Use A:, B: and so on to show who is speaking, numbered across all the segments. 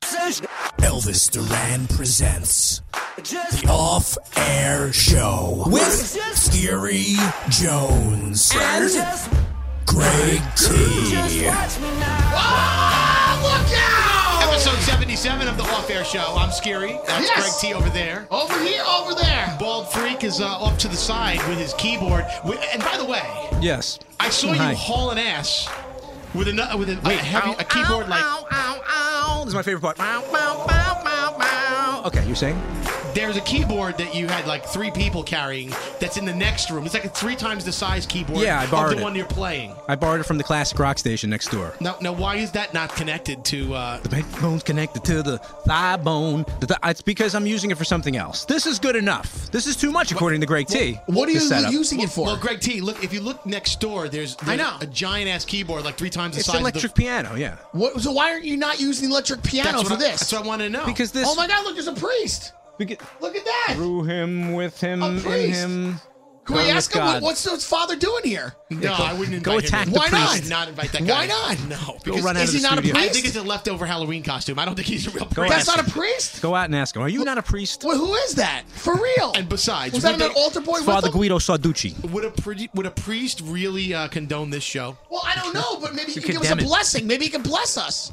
A: Elvis.
B: Elvis Duran presents the Off Air Show with Scary Jones and Greg T.
C: Episode 77 of the Off Air Show. I'm Scary. That's
D: Yes. Oh.
C: Greg T over there.
D: Over here, over there.
C: Bald Freak is uh, off to the side with his keyboard. We- And by the way,
E: Yes.
C: I saw
E: Hi.
C: you hauling ass with, an, with a, a, heavy, a keyboard like.
E: Ow, ow, ow. This is my favorite part. Ow, ow, ow, ow, ow. Okay, you're saying?
C: There's a keyboard that you had like three people carrying that's in the next room. It's like a three times the size keyboard
E: Yeah, I borrowed
C: of the
E: it.
C: one you're playing.
E: I borrowed it from the classic rock station next door.
C: Now, now, why is that not connected to. Uh,
E: The backbone's connected to the thigh bone. The th- it's because I'm using it for something else. This is good enough. This is too much, according to Greg T.
D: What are you
E: This setup.
D: using it for?
C: well, Greg T, look, if you look next door, there's, there's
D: know.
C: a giant ass keyboard like three times the
E: It's
C: size
E: an electric
C: of
E: piano, yeah.
D: What- so why aren't you not using the electric
C: the.
D: piano
C: that's
D: for
C: what I-
D: this?
C: That's what I want to know.
E: Because this.
D: oh my God! Look, there's a priest.
E: we get-
D: Look at that.
E: through him, with him,
D: A
E: in
D: priest.
E: him.
D: Oh, Can we
E: Gone with
D: ask him what,
E: God.
D: what's his father doing here?
C: No, I wouldn't invite
E: go attack
C: him.
E: the
C: Why
D: priest.
C: not? Not invite that
D: Why
C: guy.
D: not?
C: No,
E: Go
C: because
E: run out
D: is
E: of the
D: he not a
E: studio.
C: I
D: priest?
C: think it's a leftover Halloween costume. I don't think he's a real
E: Go
C: priest.
D: That's
E: ask
D: not a priest.
E: Go out and ask him. Are you not a priest?
D: Well, who is that? For real.
C: And besides,
D: was that
C: would
D: an
C: they-
D: altar boy with
E: Father
D: him?
E: Guido Sarducci.
C: would a pri- would a priest really uh, condone this show?
D: Well, I don't know, but maybe he can give us a
E: condemn it.
D: blessing. Maybe he can bless us.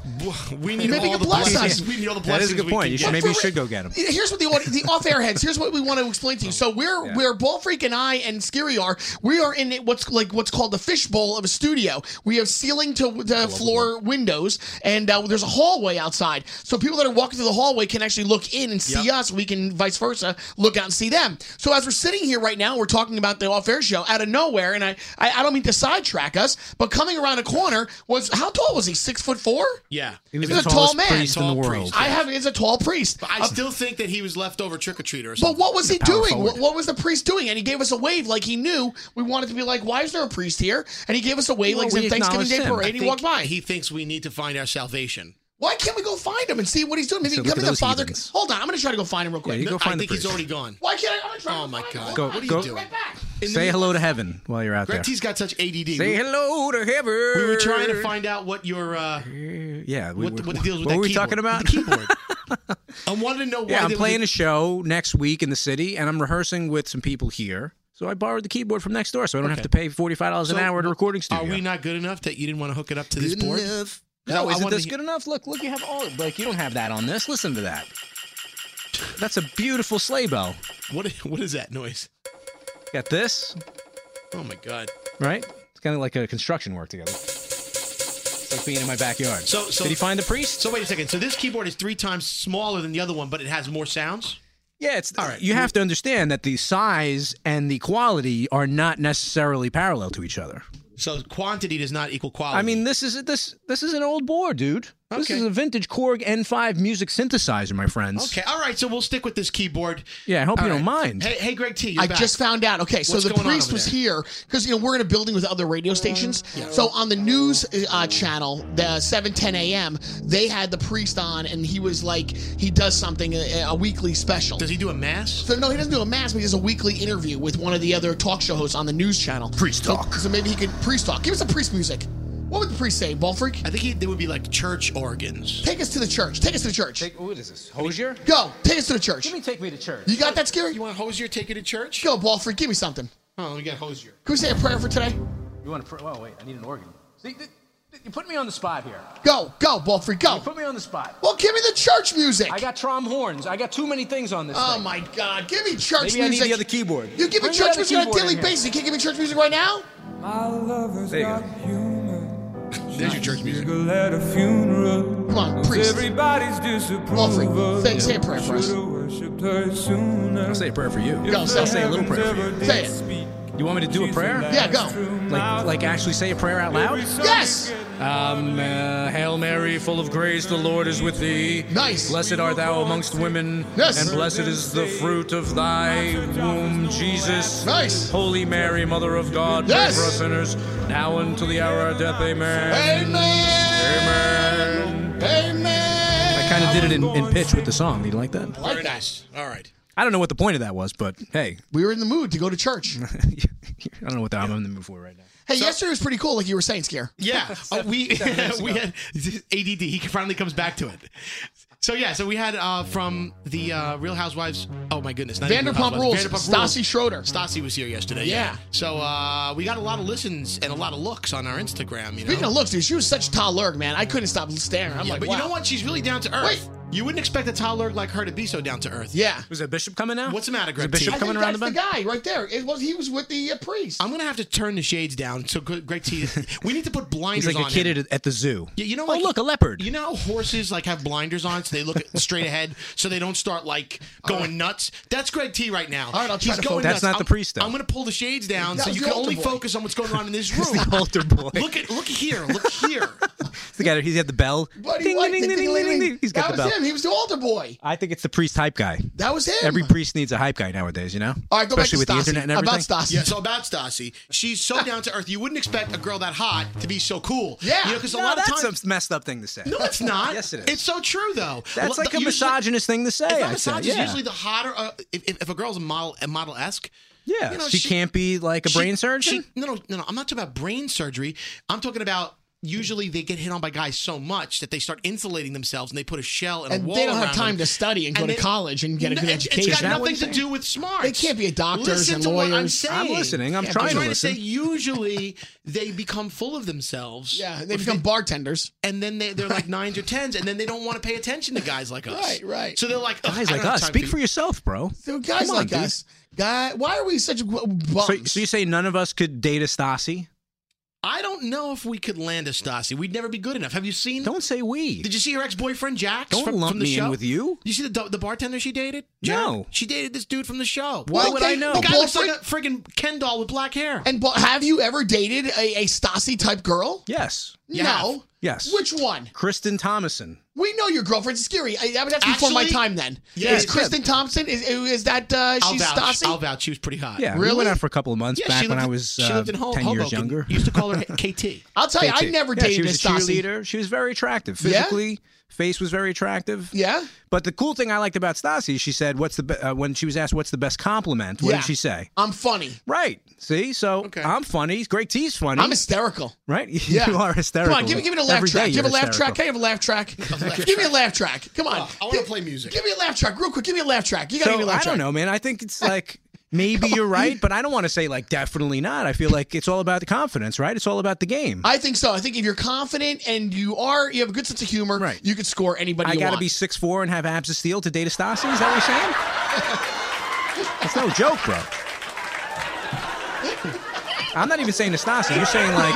C: We need
D: Maybe
C: all
D: you
C: the
D: bless us.
C: blessings. We need all the
E: That
C: blessings.
E: is a good
C: we
E: point.
C: can
E: You
C: get.
E: should- Maybe
D: For
E: should
D: real-
E: go get him.
D: Here's what the audi- the off air heads. Here's what we want to explain to you. So we're we're Bull Freak and I and Scary are we are in what's like what's called the fishbowl of a studio. We have ceiling to the floor windows, and uh, there's a hallway outside. So people that are walking through the hallway can actually look in and see
C: Yep.
D: us. We can vice versa look out and see them. So as we're sitting here right now, we're talking about the off air show out of nowhere, and I, I I don't mean to sidetrack us, but coming around a corner was how tall was he? Six foot four.
C: Yeah,
E: He was
D: He was
E: the
D: a tall
E: tallest
D: man.
E: priest in the
C: Tall
E: world.
C: priest.
D: I have is a tall priest.
C: I still think that he was leftover trick or treater.
D: But what was he
E: power
D: doing? What,
E: forward.
D: what was the priest doing? And he gave us a wave like he knew we wanted to be like, why is there a priest here? And he gave us a wave
E: Well,
D: like it's
E: we
D: a Thanksgiving Day
E: acknowledged him. I
D: parade. and He walked by.
C: He thinks we need to find our salvation.
D: why can't we go find him and see what he's doing? Maybe
E: So
D: he can
E: look
D: come in
E: at
D: the
E: those
D: father.
E: heathens.
D: Hold on, I'm going to try to go find him real quick.
E: you go
C: I
E: find the
C: think he's
E: priest.
C: already gone.
D: Why can't I? I'm going to try.
C: Oh
D: to
C: my
D: find
C: God.
D: Him.
C: Go-
D: Hold on,
C: what are you
D: I'll be
C: doing?
D: Right back.
E: Say hello to heaven while you're out
C: Greg
E: there.
C: T's got such ADD.
E: Say
C: we,
E: hello to heaven.
C: we were trying to find out what your uh,
E: Yeah, we
C: what,
E: were-
C: the- what the deal was with
E: what
C: that
E: were we
C: keyboard.
E: talking about?
C: The keyboard. I wanted to know why
E: yeah, I'm
C: there was
E: playing a show next week in the city, and I'm rehearsing with some people here. So I borrowed the keyboard from next door, so I don't have to pay forty five dollars
C: So,
E: an hour at a recording studio.
C: Are we not good enough that you didn't want to hook it up to this
E: good
C: board?
E: enough?
C: No,
E: No,
C: I
E: isn't
C: wanted
E: this
C: to-
E: good enough? Look, look, you have all like you don't have that on this. Listen to that. That's a beautiful sleigh bell.
C: What what is that noise?
E: Got this
C: Oh my god.
E: right. It's kind of like a construction work together. It's like being in my backyard.
C: So- so-
E: did he find the priest?
C: So wait a second. So this keyboard is three times smaller than the other one, but it has more sounds.
E: Yeah, it's
C: All right.
E: You have to understand that the size and the quality are not necessarily parallel to each other.
C: So quantity does not equal quality.
E: I mean, this is this this is an old board, dude. This
C: Okay.
E: is a vintage Korg N5 music synthesizer, my friends.
C: okay. All right. So we'll stick with this keyboard.
E: Yeah, I hope
C: All
E: you don't
C: right.
E: mind.
C: Hey, hey, Greg T. You're
D: I
C: back.
D: just found out. Okay, so
C: What's
D: the
C: going on
D: priest
C: over
D: was
C: there? Mm-hmm.
D: here because you know we're in a building with other radio stations. So on the news uh, channel, the seven ten a.m., they had the priest on, and he was like, he does something a, a weekly special.
C: Does he do a mass?
D: So no, he doesn't do a mass, but he does a weekly interview with one of the other talk show hosts on the news channel.
E: Priest
D: So-
E: talk.
D: So, maybe he could priest talk. Give us some priest music. What would the priest say, ball freak?
C: I think he, there would be like church organs.
D: Take us to the church. Take us to the church.
E: what is this? Hosier?
D: Go. Take us to the church.
E: take me to church.
D: You got that, Scary?
C: You want Hosier taking to church?
D: Go, ball freak. Give me something.
C: Oh, we got Hosier.
D: Can we say a prayer for today?
E: You want to? Pr- oh wait, I need an organ. See, th- th- you put me on the spot here.
D: Go, go, ball freak. Go.
E: me on the spot.
D: Well, give me the church music.
E: got trom horns. I got too many things on this.
D: Oh my God! Give me church
E: Maybe I need
D: music.
E: the other keyboard.
D: You give me
E: Bring the
D: church
E: other
D: music on a
E: keyboard in
D: daily
E: here.
D: basis. You can't give me church music right now.
F: My lover's
E: There you
F: got
E: go.
F: humor.
C: There's your church music.
F: Giggle at a funeral.
D: Come on, priest.
F: Everybody's
D: Offering.
F: disapproval.
D: Say- say a prayer for us.
F: Should've worshipped her sooner.
E: I'll say a prayer for you.
D: Go, say it.
E: I'll say a little prayer for you.
D: Say it.
E: You want me to do a prayer?
D: Yeah, go.
E: Like, like actually say a prayer out loud?
D: Yes.
E: Um, uh, Hail Mary, full of grace, the Lord is with thee.
D: Nice.
E: Blessed art thou amongst women,
D: Yes.
E: and blessed is the fruit of thy womb, Jesus.
D: Nice.
E: Holy Mary, Mother of God, pray
D: Yes.
E: for us sinners, now and to the hour of death. Amen.
D: Amen.
E: Amen.
D: Amen.
E: I kind of did it in, in pitch with the song. You like that?
C: Very nice. All right.
E: I don't know what the point of that was, but hey,
D: We were in the mood to go to church.
E: I don't know what the, I'm in the mood for right now.
D: Hey, yesterday was pretty cool, like you
C: oh,
D: were saying, Scare.
C: Yeah, uh, we we had ADD. He finally comes back to it. So yeah, so we had uh, from the uh, Real Housewives. Oh my goodness, not even Real
D: Vanderpump
C: Housewives,
D: Rules.
C: Vanderpump Rules.
D: Stassi Schroeder.
C: Stassi was here yesterday.
D: Yeah.
C: So uh, we got a lot of listens and a lot of looks on our Instagram. You know.
D: Speaking of looks, dude, she was such a tall lurg, man. I couldn't stop staring. I'm
C: Yeah,
D: like,
C: but
D: wow.
C: you know what? She's really down to earth.
D: Wait.
C: You wouldn't expect a tall lurg like her to be so down to earth.
D: Yeah.
E: Was that Bishop coming now?
C: What's the matter,
E: Is it
C: Greg T?
E: Bishop
D: I
E: coming
D: think
E: around the
D: that's the guy
E: bend?
D: right there. It was he was with the uh, priest.
C: I'm gonna have to turn the shades down. So Gre- Greg T, we need to put blinders
E: He's like
C: on.
E: a kid
C: him.
E: at, at the zoo.
C: Yeah, you know,
E: Oh,
C: like-
E: look, a leopard.
C: You know, how horses like have blinders on, so they look straight ahead, so they don't start like going nuts. That's Greg T right now.
D: All right, I'll try
C: He's
D: to
C: going
D: focus.
E: That's
C: nuts.
E: not the
C: I'm-
E: priest, though.
C: I'm going to pull the shades down,
D: That
C: so
D: was
C: you
D: the
C: can
D: altar
C: only
D: boy.
C: focus on what's going on in this room.
E: the altar boy.
C: Look at, look here, look here.
E: It's the guy that he had the bell.
D: Buddy White, ding, ding, ding, ding.
E: He's
D: that
E: got the
D: was
E: bell.
D: him. He was the older boy.
E: I think it's the priest hype guy.
D: That was him.
E: Every priest needs a hype guy nowadays, you know?
D: All right, go
E: Especially
D: back to
E: with
D: Stassi.
E: the internet and everything.
D: About Stassi.
C: Yeah, so about Stassi, she's so down to earth. You wouldn't expect a girl that hot to be so cool.
D: Yeah.
C: you know, because a
E: No,
C: lot of
E: that's
C: times.
E: a messed up thing to say.
C: no, it's not.
E: Yes, it is.
C: It's so true, though.
E: that's
C: L-
E: like a
C: usually-
E: misogynist thing to say.
C: If
E: I
C: I'm
E: say.
C: misogynist,
E: yeah.
C: usually the hotter. Uh, if, if, if a girl's a model, a model esque.
E: yeah. she, can't be like a brain surgeon.
C: no, no, no, no. I'm not talking about brain surgery. I'm talking about usually they get hit on by guys so much that they start insulating themselves and they put a shell and, a
D: and
C: wall
D: they don't
C: around
D: have time to
C: them.
D: study and go
C: And
D: to
C: they-
D: college and get a
C: No,
D: good
C: it's-
D: education.
C: It's got nothing to do with smarts.
D: They can't be a doctors
C: Listen
D: and
C: to What I'm,
D: lawyers.
C: saying.
E: I'm listening. I'm
D: Yeah,
E: trying
C: I'm
E: to
C: trying to say
E: listen.
C: usually they become full of themselves.
D: yeah, they become bartenders.
C: and then they, they're like nines or tens, and then they don't want to pay attention to guys like us.
D: Right, right.
C: So they're like "Ugh,
E: Guys
C: I
E: like
C: don't have
E: us,
C: time
E: speak
C: you."
E: for yourself, bro.
D: So guys
E: Come on,
D: like
E: dude.
D: us, guy, why are we such bums?
E: So, so you say none of us could date a Stassi?
C: I don't know if we could land a Stassi. We'd never be good enough. Have you seen?
E: Don't say we.
C: Did you see her ex boyfriend Jax?
E: Don't
C: from,
E: lump
C: from the
E: me in
C: show?
E: with you.
C: You see the the bartender she dated?
E: No.
C: she dated this dude from the show.
E: Why
D: Well,
E: would
D: okay,
E: I know?
C: The
D: well,
C: guy
D: Paul
C: looks like
D: Frick-
C: a friggin' Ken doll with black hair.
D: And Paul- have you ever dated a, a Stassi type girl?
E: Yes.
C: You
D: no.
E: Yes.
D: Which one?
E: Kristen Thomason.
D: We know your girlfriend's scary. I, that would have to be before my
C: Actually-
D: time then.
C: Yeah,
D: is
C: yeah.
D: Kristen Thompson? Is is that uh,
C: I'll
D: she's
C: vouch.
D: Stassi?
C: I'll vouch. She was pretty hot.
E: Yeah, we
D: Really?
E: went out for a couple of months
C: Yeah, she
E: back when
C: lived
E: I
C: in-
E: was
C: she
E: uh,
C: lived in Ho-
E: 10 years
C: Hoboken.
E: younger.
C: You used to call her KT.
D: I'll tell you, I
E: KT.
D: never
E: Yeah,
D: dated
E: she
D: a
E: was a
D: Stassi.
E: cheerleader. She was very attractive
D: Yeah?
E: physically. Face was very attractive.
D: Yeah?
E: But the cool thing I liked about Stassi, she said, "What's the be- uh, when she was asked what's the best compliment? What
D: Yeah.
E: did she say?
D: I'm funny.
E: Right. See, so
C: Okay.
E: I'm funny. Greg T's funny.
D: I'm hysterical.
E: right.
D: Yeah.
E: you are hysterical.
D: Come on, give me, give me a laugh
E: Every
D: track.
E: day
D: Give a
E: you're
D: laugh track. Can
E: hysterical.
D: I have a laugh track? give me a laugh track. Come on.
C: Oh, I wanna
D: Give-
C: play music.
D: Give me a laugh track. Real quick, give me a laugh track. You gotta give me a
E: So
D: laugh
E: I
D: track.
E: don't know, man. I think it's like. Maybe you're right, but I don't want to say like definitely not. I feel like it's all about the confidence, right? It's all about the game.
D: I think so. I think if you're confident and you are, you have a good sense of humor,
E: Right.
D: you could score anybody
E: I
D: you
E: gotta
D: want.
E: be six four and have abs of steel to date a Stassi. Is that what you're saying? It's no joke, bro. I'm not even saying a Stassi. You're saying like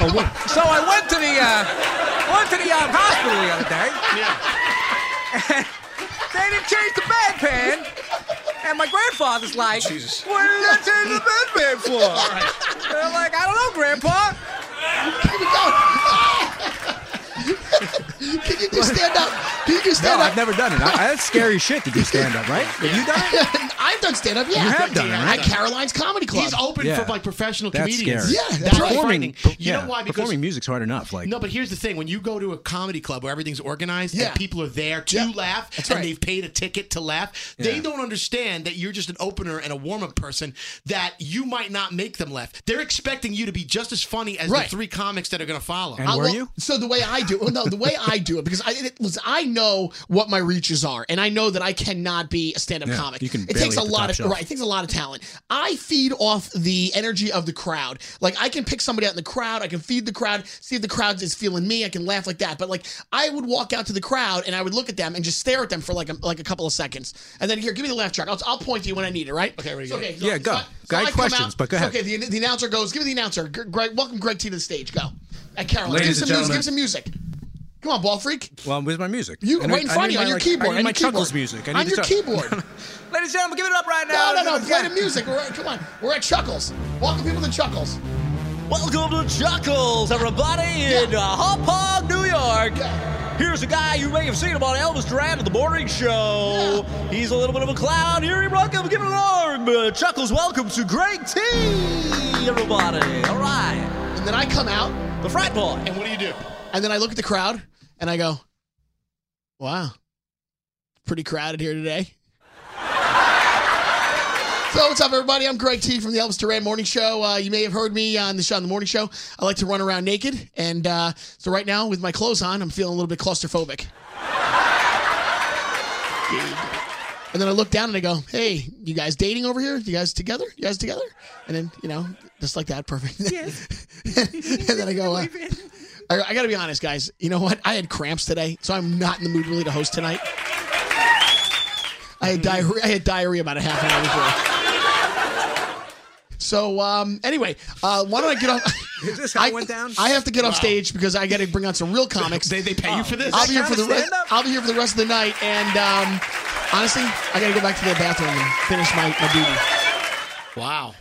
E: a wo- So I went to the uh, went to the uh, hospital the other day. They didn't change the bedpan, and my grandfather's like, "What did they change the bedpan for?" And I'm like, "I don't know, Grandpa."
D: Keep it going. Can you just stand up? Can you just
E: No,
D: stand
E: I've
D: up?
E: never done it. I, that's scary shit to do stand up, right? Have you done it?
D: I've done stand up, yeah.
E: You have done it,
D: At
E: right?
D: Caroline's Comedy Club.
C: He's open
E: Yeah.
C: for like professional
E: That's
C: comedians.
E: scary.
D: Yeah,
C: that's
D: that's right.
C: frightening.
E: Performing-
C: You
E: yeah,
C: know why? Because
E: performing music's hard enough. Like
C: No, but here's the thing: when you go to a comedy club where everything's organized
D: Yeah.
C: and people are there to
D: Yeah.
C: laugh
D: That's
C: and
D: right.
C: they've paid a ticket to laugh, they
E: Yeah.
C: don't understand that you're just an opener and a warm-up person. That you might not make them laugh. They're expecting you to be just as funny as
D: Right.
C: the three comics that are going to follow.
E: And-
D: I
E: were
D: will-
E: you?
D: So the way I do, well, no, the way I do it because I it- listen, I know what my reaches are, and I know that I cannot be a stand-up
E: Yeah,
D: comic.
E: you can
D: it
E: barely
D: takes a
E: hit the
D: lot
E: top
D: of
E: shelf.
D: right. It takes a lot of talent. I feed off the energy of the crowd. Like I can pick somebody out in the crowd. I can feed the crowd. See if the crowd is feeling me. I can laugh like that. But like I would walk out to the crowd and I would look at them and just stare at them for like a, like a couple of seconds, and then here, give me the laugh track. I'll, I'll point to you when I need it. Right? Okay.
C: go.
D: okay
E: Yeah, go.
D: I-
E: Go. I had
D: I come
E: questions,
D: out-
E: but go
D: so,
E: ahead.
D: okay, the, the announcer goes, give me the announcer. Gr- Greg, welcome Greg T to the stage. Go. At Carolyn.
E: Ladies
D: give
E: and
D: some music.
E: gentlemen.
D: Give some music. Come on, ball freak.
E: Well, where's my music?
D: You
E: I need-
D: right in
E: I
D: front of
E: need
D: you
E: my,
D: on your
E: like,
D: keyboard.
E: I
D: on
E: need my
D: your keyboard.
E: Chuckles music. I need
D: on
E: to
D: your
E: talk-
D: keyboard.
E: Ladies and gentlemen, give it up right now.
D: No, no, no. Play the music. We're, come on. We're at Chuckles. Welcome people to Chuckles.
G: Welcome to Chuckles, everybody, in uh, Hop Hog, New York. Here's a guy you may have seen him on Elvis Duran at the morning show. Oh, He's a little bit of a clown. Here he welcome, give it an arm. Uh, Chuckles, welcome to Greg T, everybody. All right,
D: And then I come out,
G: the frat boy.
C: And what do you do?
D: and then I look at the crowd, and I go, wow, pretty crowded here today. So what's up, everybody? I'm Greg T from the Elvis Duran Morning Show. Uh, you may have heard me on the show on the morning show. I like to run around naked, and uh, so right now with my clothes on, I'm feeling a little bit claustrophobic. And then I look down and I go, "Hey, you guys dating over here? You guys together? You guys together?" And then you know, just like that, perfect. and then I go, uh, I, "I got to be honest, guys. You know what? I had cramps today, so I'm not in the mood really to host tonight. I had diarrhea. I had diarrhea about a half an hour before." So um, anyway, uh, why don't I get off?
E: Is this how
D: I,
E: it went down?
D: I have to get off stage because I got to bring on some real comics.
C: They, they pay you for this?
D: I'll be here
E: kind
D: for the
E: of
D: rest.
E: stand-up?
D: I'll be here for the rest of the night, and um, honestly, I gotta go back to the bathroom and finish my, my duty.
C: wow.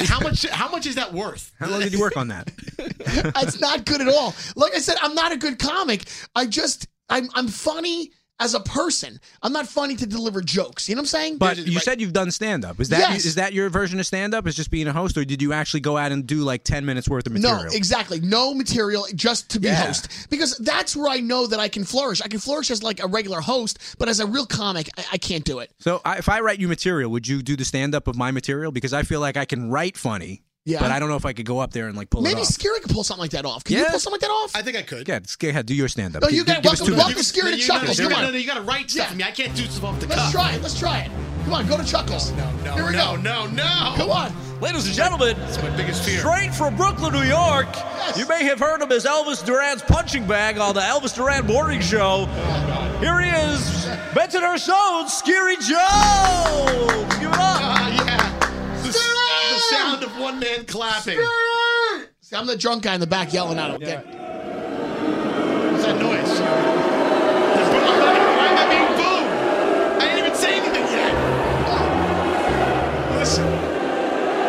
C: How much? How much is that worth?
E: How long did you work on that?
D: It's not good at all. Like I said, I'm not a good comic. I just I'm I'm funny as a person. I'm not funny to deliver jokes. You know what I'm saying?
E: But
C: Dude,
E: you
C: like-
E: said you've done stand up. Is that
D: Yes.
E: is that your version of stand up? Is just being a host, or did you actually go out and do like ten minutes worth of material?
D: No, exactly. No material, just to be
E: Yeah.
D: host. Because that's where I know that I can flourish. I can flourish as like a regular host, but as a real comic, I, I can't do it.
E: So I, if I write you material, would you do the stand up of my material? Because I feel like I can write funny,
D: Yeah.
E: but I don't know if I could go up there and like pull it
D: Maybe
E: off.
D: Scary could pull something like that off. Can you
E: Yeah.
D: pull something like that off?
C: I think I could.
E: yeah, let's go ahead, do your stand up.
D: No, you got welcome, welcome Scary to
C: you gotta-
D: Chuckles.
C: you
D: Come
C: gotta-
D: on,
C: you gotta write stuff for me. I can't do stuff off the
D: let's
C: cuff.
D: try it. Let's try it. Come on, go to Chuckles. No,
C: No,
D: Here we
C: no,
D: go.
C: no, no.
D: Come on.
G: Ladies and gentlemen,
C: My biggest fear.
G: straight from Brooklyn, New York,
D: Yes.
G: you may have heard him as Elvis Duran's punching bag on the Elvis Duran Morning Show. Here he is, Benton Ersones, Scary Jones. Give it up.
C: Ah, yeah. The, s- the sound of one man clapping.
D: See, I'm the drunk guy in the back yelling at him. Get-
C: What's that noise? That's what I'm not- Why am I being booed? I didn't even say anything yet. Listen.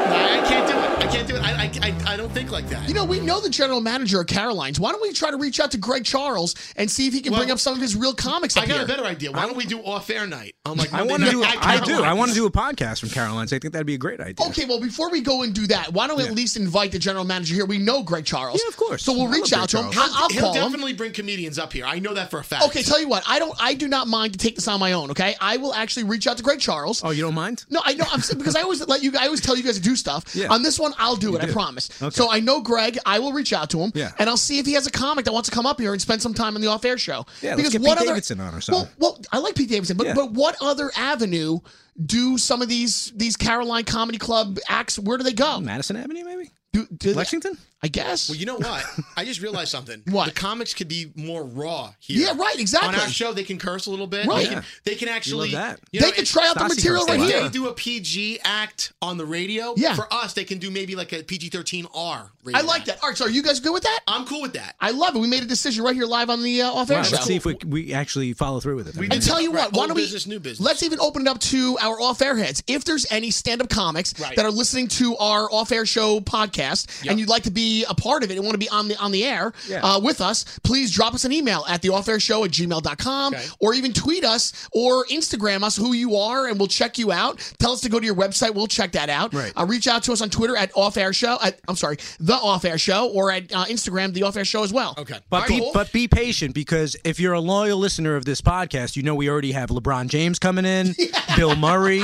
C: No, I I can't do it. I can't do it. I, I, I, I don't think like that.
D: You know, we know the general manager of Caroline's. Why don't we try to reach out to Greg Charles and see if he can
C: Well,
D: bring up some of his real comics?
C: I
D: up
C: got
D: here?
C: a better idea. Why don't we do off air night? I'm like,
E: I
C: Monday
E: want to
C: night
E: do.
C: at
E: I do. I
C: Caroline's.
E: want to do a podcast from Caroline's. I think that'd be a great idea.
D: Okay, well, before we go and do that, why don't we at least invite the general manager here? We know Greg Charles.
E: Yeah, of course.
D: So we'll
E: I love
D: reach
E: Greg
D: out to him.
E: Charles.
D: I'll, I'll
C: He'll
D: call him.
C: definitely bring comedians up here. I know that for a fact.
D: Okay, tell you what, I don't. I do not mind to take this on my own. Okay, I will actually reach out to Greg Charles.
E: Oh, you don't mind?
D: No, I know. I'm saying- because I always let you. I always tell you guys to do stuff.
E: Yeah.
D: On this one, I'll do it. I
E: do.
D: promise.
E: Okay.
D: So I know Greg. I will reach out to him.
E: Yeah.
D: And I'll see if he has a comic that wants to come up here and spend some time on the off-air show.
E: Yeah, let's get Pete Davidson on or something.
D: Well, well, I like Pete Davidson, but
E: Yeah.
D: but what other avenue do some of these these Caroline Comedy Club acts? Where do they go?
E: Madison Avenue, maybe
D: Do, do they-
E: Lexington.
D: I guess.
C: Well, you know what? I just realized something.
D: What?
C: The comics could be more raw here.
D: Yeah, right, exactly.
C: On our show, they can curse a little bit.
D: Right.
C: They can, they can actually.
E: that.
C: you
D: they
C: know,
D: can
C: if-
D: try out the
E: Stassi
D: material right
E: goes to
C: If
E: that.
D: here.
C: they do a PG act on the radio,
D: Yeah.
C: for us, they can do maybe like a PG 13 R rating.
D: I like that. All right, so are you guys good with that?
C: I'm cool with that.
D: I love it. We made a decision right here live on the uh, off-air
E: Let's
D: show.
E: see if we, we actually follow through with it.
C: We
E: I
D: And
C: did
D: tell you
C: Right,
D: what, why
C: old
D: don't we
C: business, new business.
D: Let's even open it up to our off-air heads. If there's any stand-up comics
C: Right.
D: that are listening to our off-air show podcast and you'd like to be a part of it and want to be on the on the air uh, with us, please drop us an email at the off-air show at gmail.com
C: Okay.
D: or even tweet us or Instagram us who you are and we'll check you out. Tell us to go to your website. We'll check that out.
E: Right.
D: Uh, reach out to us on Twitter at off-air show. At, I'm sorry, the off-air show or at uh, Instagram, the off-air show as well.
C: Okay.
E: But be,
C: Cool.
E: but be patient because if you're a loyal listener of this podcast, you know we already have LeBron James coming in, Bill Murray,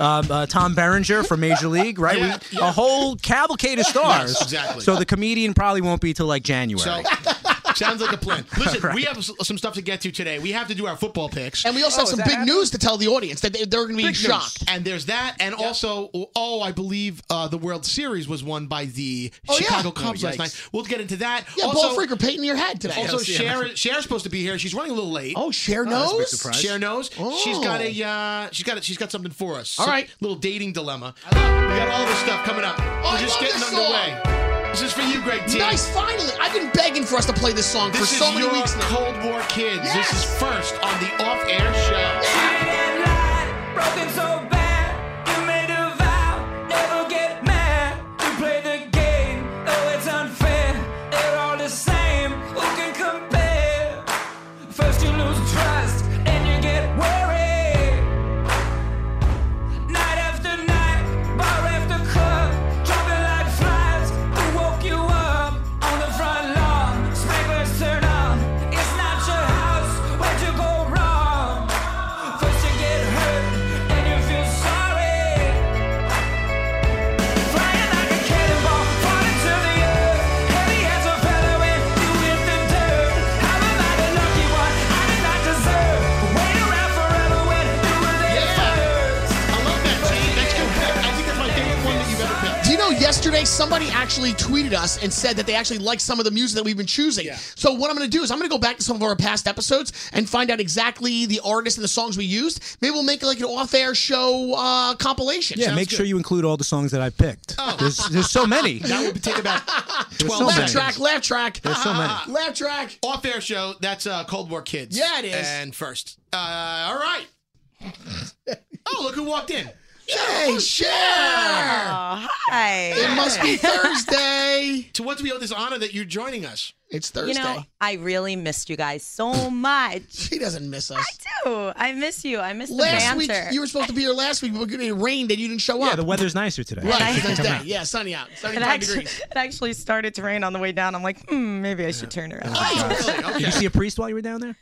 E: um, uh, Tom Berenger from Major League, right?
C: Yeah,
E: we, A whole cavalcade of stars.
C: Yes, exactly.
E: So the comedian probably won't be till like January.
C: So. Sounds like a plan. Listen, we have s- some stuff to get to today. We have to do our football picks.
D: And we also have some big news to tell the audience that they, they're going to be shocked.
C: And there's that, and also, oh, I believe uh, the World Series was won by the
D: Oh, yeah.
C: Chicago
D: Oh,
C: Cubs last night. We'll get into that.
D: Yeah,
C: also,
D: ball freaker painting your head today.
C: Also, Cher, Cher's supposed to be here. She's running a little late.
D: oh, Cher knows.
E: surprise.
C: Cher knows.
D: Oh.
C: She's got a. Uh, she's got. A, she's got something for us.
D: All right.
C: Little dating dilemma. We got all this stuff coming up. We're
D: Oh, I
C: just
D: love
C: getting
D: this
C: underway. This is for you, Greg T.
D: nice, finally. I've been begging for us to play this song
C: This
D: for
C: is
D: so many
C: your
D: weeks now.
C: Cold War kids.
D: Yes.
C: This is first on the off-air show.
A: Broken so bad, you made a vow, never get mad. You play the game, though it's unfair. They're all the same, who can compare? First you lose trust, then you get worried. Night after night, bar after club, dropping like flies. Who woke you up on the front lawn? Smacklers turn on. It's not your house, where'd you go wrong?
D: yesterday, somebody actually tweeted us and said that they actually liked some of the music that we've been choosing. So what I'm going to do is I'm going to go back to some of our past episodes and find out exactly the artists and the songs we used. Maybe we'll make like an off-air show uh, compilation.
E: Yeah, make sure you include all the songs that I picked. There's, there's so many.
C: Oh. That would take about
E: There's
C: 12
E: so
D: laugh
E: many.
D: track, laugh track,
E: There's so many.
D: laugh track.
C: Off air show, that's uh, Cold War Kids.
D: Yeah, it is.
C: And first. Uh, all right. oh, look who walked in.
D: Hey, share.
H: Oh, hi.
D: It must be Thursday.
C: To what do we owe this honor that you're joining us?
D: It's Thursday.
H: You know, I really missed you guys so much.
D: she doesn't miss us.
H: Dude, I miss you. I miss the
D: Last week,
H: banter.
D: you were supposed to be here last week, but it rained and you didn't show
E: Yeah,
D: up.
E: the weather's nicer today.
D: Right,
H: I-
D: it's a nice day. Yeah, sunny out.
H: it,
D: 75
H: actually,
D: degrees.
H: it actually started to rain on the way down. I'm like, hmm, maybe I should turn around.
C: Really?
E: Did
C: Okay.
E: you see a priest while you were down there?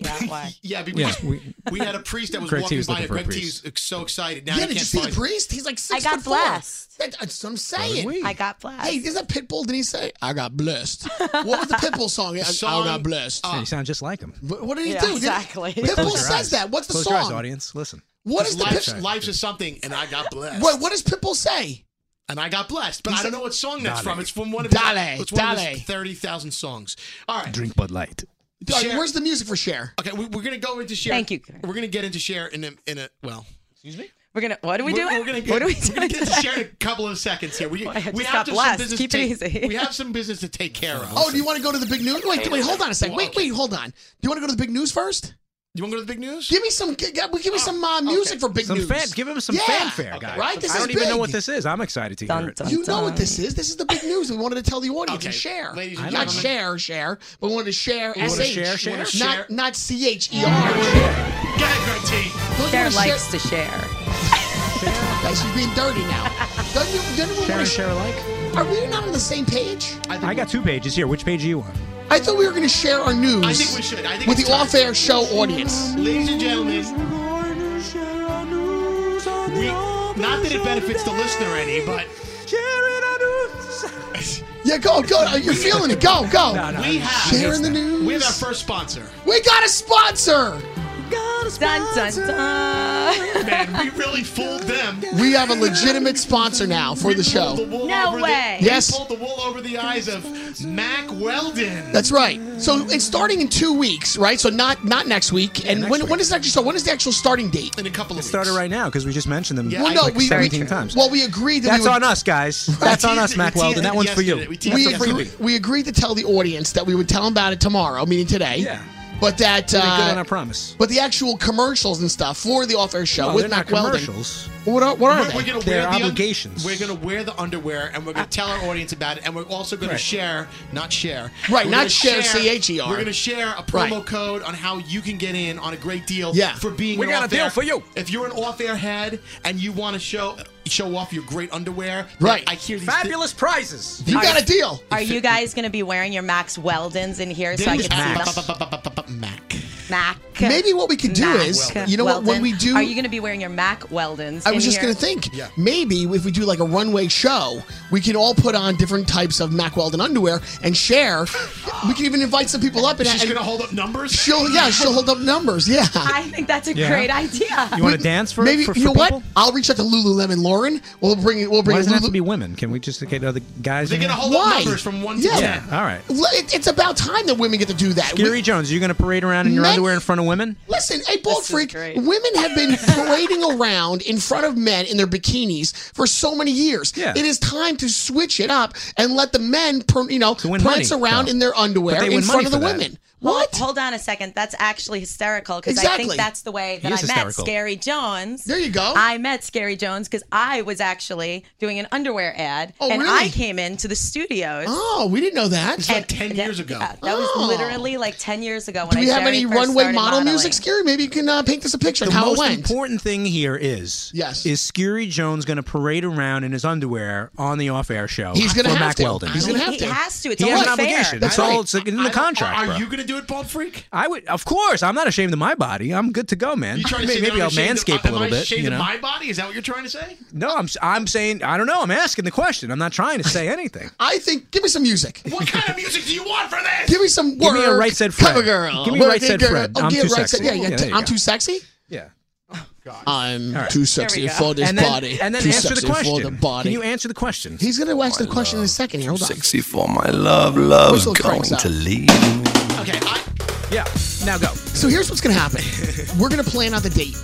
H: yeah, why?
C: Yeah, we, we, we had a priest that was
E: Greg T
C: walking
E: was
C: by.
E: looking
C: and
E: for a
C: Greg T
E: priest.
C: was so excited. Now
D: yeah, did
C: he
D: you
C: can't
D: see the
C: find
D: priest? He's like six
H: I got
D: foot four.
H: blessed.
D: That- That's what I'm saying.
H: I got blessed.
D: Hey, there's a Pitbull. Didn't he say, I got blessed? What was the Pitbull song? I, I
C: Song,
D: got blessed.
E: Man, you sound just like him.
D: Wh- what did he
H: Yeah,
D: do? Did-
H: exactly.
D: Pitbull
E: Close your eyes.
D: says that. What's the
E: Close
D: song?
E: your eyes, audience. Listen.
D: What is the
C: Life's,
D: Pitbull?
C: life's is something, and I got blessed.
D: Wait, what does Pitbull say?
C: And I got blessed, but I don't know what song that's from. It's from one of
D: Dale,
C: it's one of his
D: dale.
C: thirty thousand songs. All right,
E: Drink Bud Light.
D: Uh,
C: Cher-
D: Where's the music for Cher?
C: okay, we, we're gonna go into share.
H: Thank you, Greg.
C: We're gonna get into share in a in a well.
H: We're gonna. What are we
C: we're,
H: doing?
C: We're gonna get,
H: what are we
C: are
H: doing?
C: gonna get into
H: today?
C: share in a couple of seconds here. We,
H: Boy, I
C: we
H: just
C: have
H: got
C: to
H: blessed.
C: some business.
H: Keep
C: to
H: it
C: take-
H: easy.
C: We have some business to take care of.
D: Oh, do you want to go to the big news? Wait, wait, hold on a second. Wait, wait, hold on. Do you want to go to the big news first?
C: you want to go to the big news?
D: Give me some. Give give
H: Oh,
D: me some uh, music for big
E: Some
D: news.
E: fan, give him some
D: Yeah.
E: fanfare, guys.
D: Right? This
E: I
D: is
E: don't even know
D: big.
E: what this is. I'm excited to hear
H: Dun,
E: it.
H: dun.
D: You know what this is. This is the big news. We wanted to tell the audience and
C: Okay,
D: share.
C: ladies and
D: not
C: gentlemen.
D: share, share, but we wanted to share.
E: wanna
D: S-H.
E: share, share?
D: Not
C: Share.
D: not C H E R.
C: Get it, Greg T.
H: Cher likes to share.
D: She's being dirty now. Don't you? Don't you
E: Share
D: want to
E: and share alike.
D: Are we not on the same page?
E: I got two pages here. Which page are you on?
D: I thought we were going to share our news.
C: I think we should. I think
D: with
C: it's
D: the
C: time.
D: off-air show audience.
C: Ladies and gentlemen, we, not that it benefits the listener any, but
D: Yeah, go, go. Uh, You're feeling it. Go, go.
C: we have
D: Sharing the news.
C: We have our first sponsor.
D: We got a sponsor.
H: Dun dun dun.
C: Man, we really fooled them.
D: We have a legitimate sponsor now for the
C: Pulled
D: show.
C: the wool
H: No
C: over the-
H: way.
C: we
D: Yes.
C: pulled the wool over the eyes of Mac Weldon.
D: That's right. So it's starting in two weeks, right? So not not next week. and when when is the actual so when is the actual starting date?
C: in a couple of
E: Started right now because we just mentioned them.
C: Yeah,
D: Well, no,
E: like
D: we- we-
E: 17 times.
D: Well, we agreed that
E: That's
D: we would,
E: on us, guys. That's on us, Mac Weldon. That one's for you.
D: we, agree, we agreed to tell the audience that we would tell them about it tomorrow, meaning today.
E: Yeah.
D: But that
E: Pretty good
D: uh,
E: on our promise.
D: but the actual commercials and stuff for the off-air show
E: Well,
D: uh, with
E: they're not
D: Mac Weldon.
E: commercials.
D: What are, what are
C: We're,
D: they?
C: we're gonna
E: Their
C: wear the un-
E: obligations. Uh,
C: we're gonna wear the underwear, and we're gonna tell our audience about it, and we're also gonna share, not share,
D: Right,
C: we're
D: not
C: gonna
D: share, C-H-E-R.
E: E
C: We're gonna share a promo code on how you can get in on a great deal.
D: Yeah.
C: for being
E: We
C: an
E: got a
C: off-air-
E: deal for you.
C: If you're an off-air head and you want to show show off your great underwear,
D: Right.
C: I hear these thi-
E: Fabulous prizes.
D: you got a deal.
H: Are you guys gonna be wearing your Max Weldons in here so I
C: Mac.
H: can see them?
C: Mac.
H: Mac.
D: Maybe what we could do
H: Mac
D: is, you know what, when we do-
H: are you gonna be wearing your Mac Weldons?
D: I
H: in
D: was just
H: here?
D: going to think
C: Yeah.
D: maybe if we do like a runway show, we can all put on different types of Mac Weldon underwear and share. we can even invite some people up and,
C: She's
D: and
C: gonna hold up numbers.
D: she'll yeah she'll hold up numbers yeah.
H: I think that's a
E: Yeah.
H: great idea.
E: You want to dance for
D: Maybe
E: for- for
D: you know
E: people?
D: what? I'll reach out to Lululemon Lauren. We'll bring we'll bring
E: Why does it have to
D: Lulu-
E: be women? Can we just get other guys?
C: They're
E: in
C: gonna
E: here?
C: hold
D: Why?
C: up numbers from one
D: Yeah.
C: to
E: Yeah.
C: ten.
E: All right.
D: Le- it- it's about time that women get to do that.
E: Gary
D: We-
E: Jones, you're gonna parade around in your
D: Men-
E: underwear in front of women?
D: Listen, a bald
H: is
D: freak.
H: great.
D: Women have been parading around in front of men in their bikinis for so many years.
E: Yeah.
D: It is time to switch it up and let the men, per, you know,
E: win
D: prance
E: money,
D: around
E: though.
D: in their underwear
E: But they
D: in
E: win
D: front
E: money
D: of the
E: for that.
D: women.
H: Hold-
D: What?
H: Hold on a second. That's actually hysterical because I
D: Exactly.
H: think that's the way that
E: is
H: I met
E: hysterical.
H: Scary Jones.
D: There you go.
H: I met Scary Jones because I was actually doing an underwear ad,
D: Oh,
H: and
D: really?
H: I came into the studios.
D: oh, we didn't know that.
C: Like ten
H: That-
C: years ago.
H: yeah, that
D: Oh.
H: was literally like ten years ago when
D: Do we
H: I
D: have
H: very
D: any
H: first
D: runway
H: started
D: model
H: modeling.
D: music, Scary? Maybe you can uh, paint us a picture of
E: The
D: how it
E: most
D: went.
E: important thing here is
D: Yes.
E: is Scary Jones going to parade around in his underwear on the off-air show
D: He's
E: for
D: gonna have
E: Mac
D: to.
E: Weldon?
D: He's
H: He,
D: gonna have
H: he
D: to.
H: has to. It's
E: he
H: only
E: has an
H: fair.
E: obligation. That's
D: That's right.
E: all. It's in
C: I
E: the
C: don't-
E: contract.
C: Are
E: bro.
C: you gonna do it, bald freak?
E: I would, of course. I'm not ashamed of my body. I'm good to go, man.
C: You trying to say
E: Maybe,
C: that
E: maybe
C: I'm
E: I'll
C: ashamed
E: manscape
C: of,
E: a little
C: am I
E: bit.
C: ashamed
E: You know?
C: of my body? Is that what you're trying to say?
E: no, I'm. I'm saying. I don't know. I'm asking the question. I'm not trying to say anything.
D: I think. Give me some music.
C: What kind of music do you want for this?
D: Give me some work.
E: Give me a Right Said Fred.
D: Cover girl.
E: Give me
D: Work
E: Right
D: it,
E: Said
D: girl.
E: Fred.
D: Oh,
E: I'm
D: give
E: too
D: right
E: sexy.
D: Said- Yeah, yeah.
E: Yeah, there you
D: I'm
E: go.
D: too sexy.
E: Yeah.
C: God.
D: I'm too sexy
H: There we
D: for
H: go.
D: this
E: and then,
D: body.
E: and then
D: too
E: answer
D: sexy
E: the question.
D: for the body.
E: Can you answer the question?
D: He's gonna answer the question in a second. Here, hold on.
I: Sexy for my love, love's
D: Whistle
I: going
D: cranks up.
I: to leave me.
C: Okay, I,
E: Yeah. Now go.
D: So here's what's gonna happen. We're gonna plan out the date.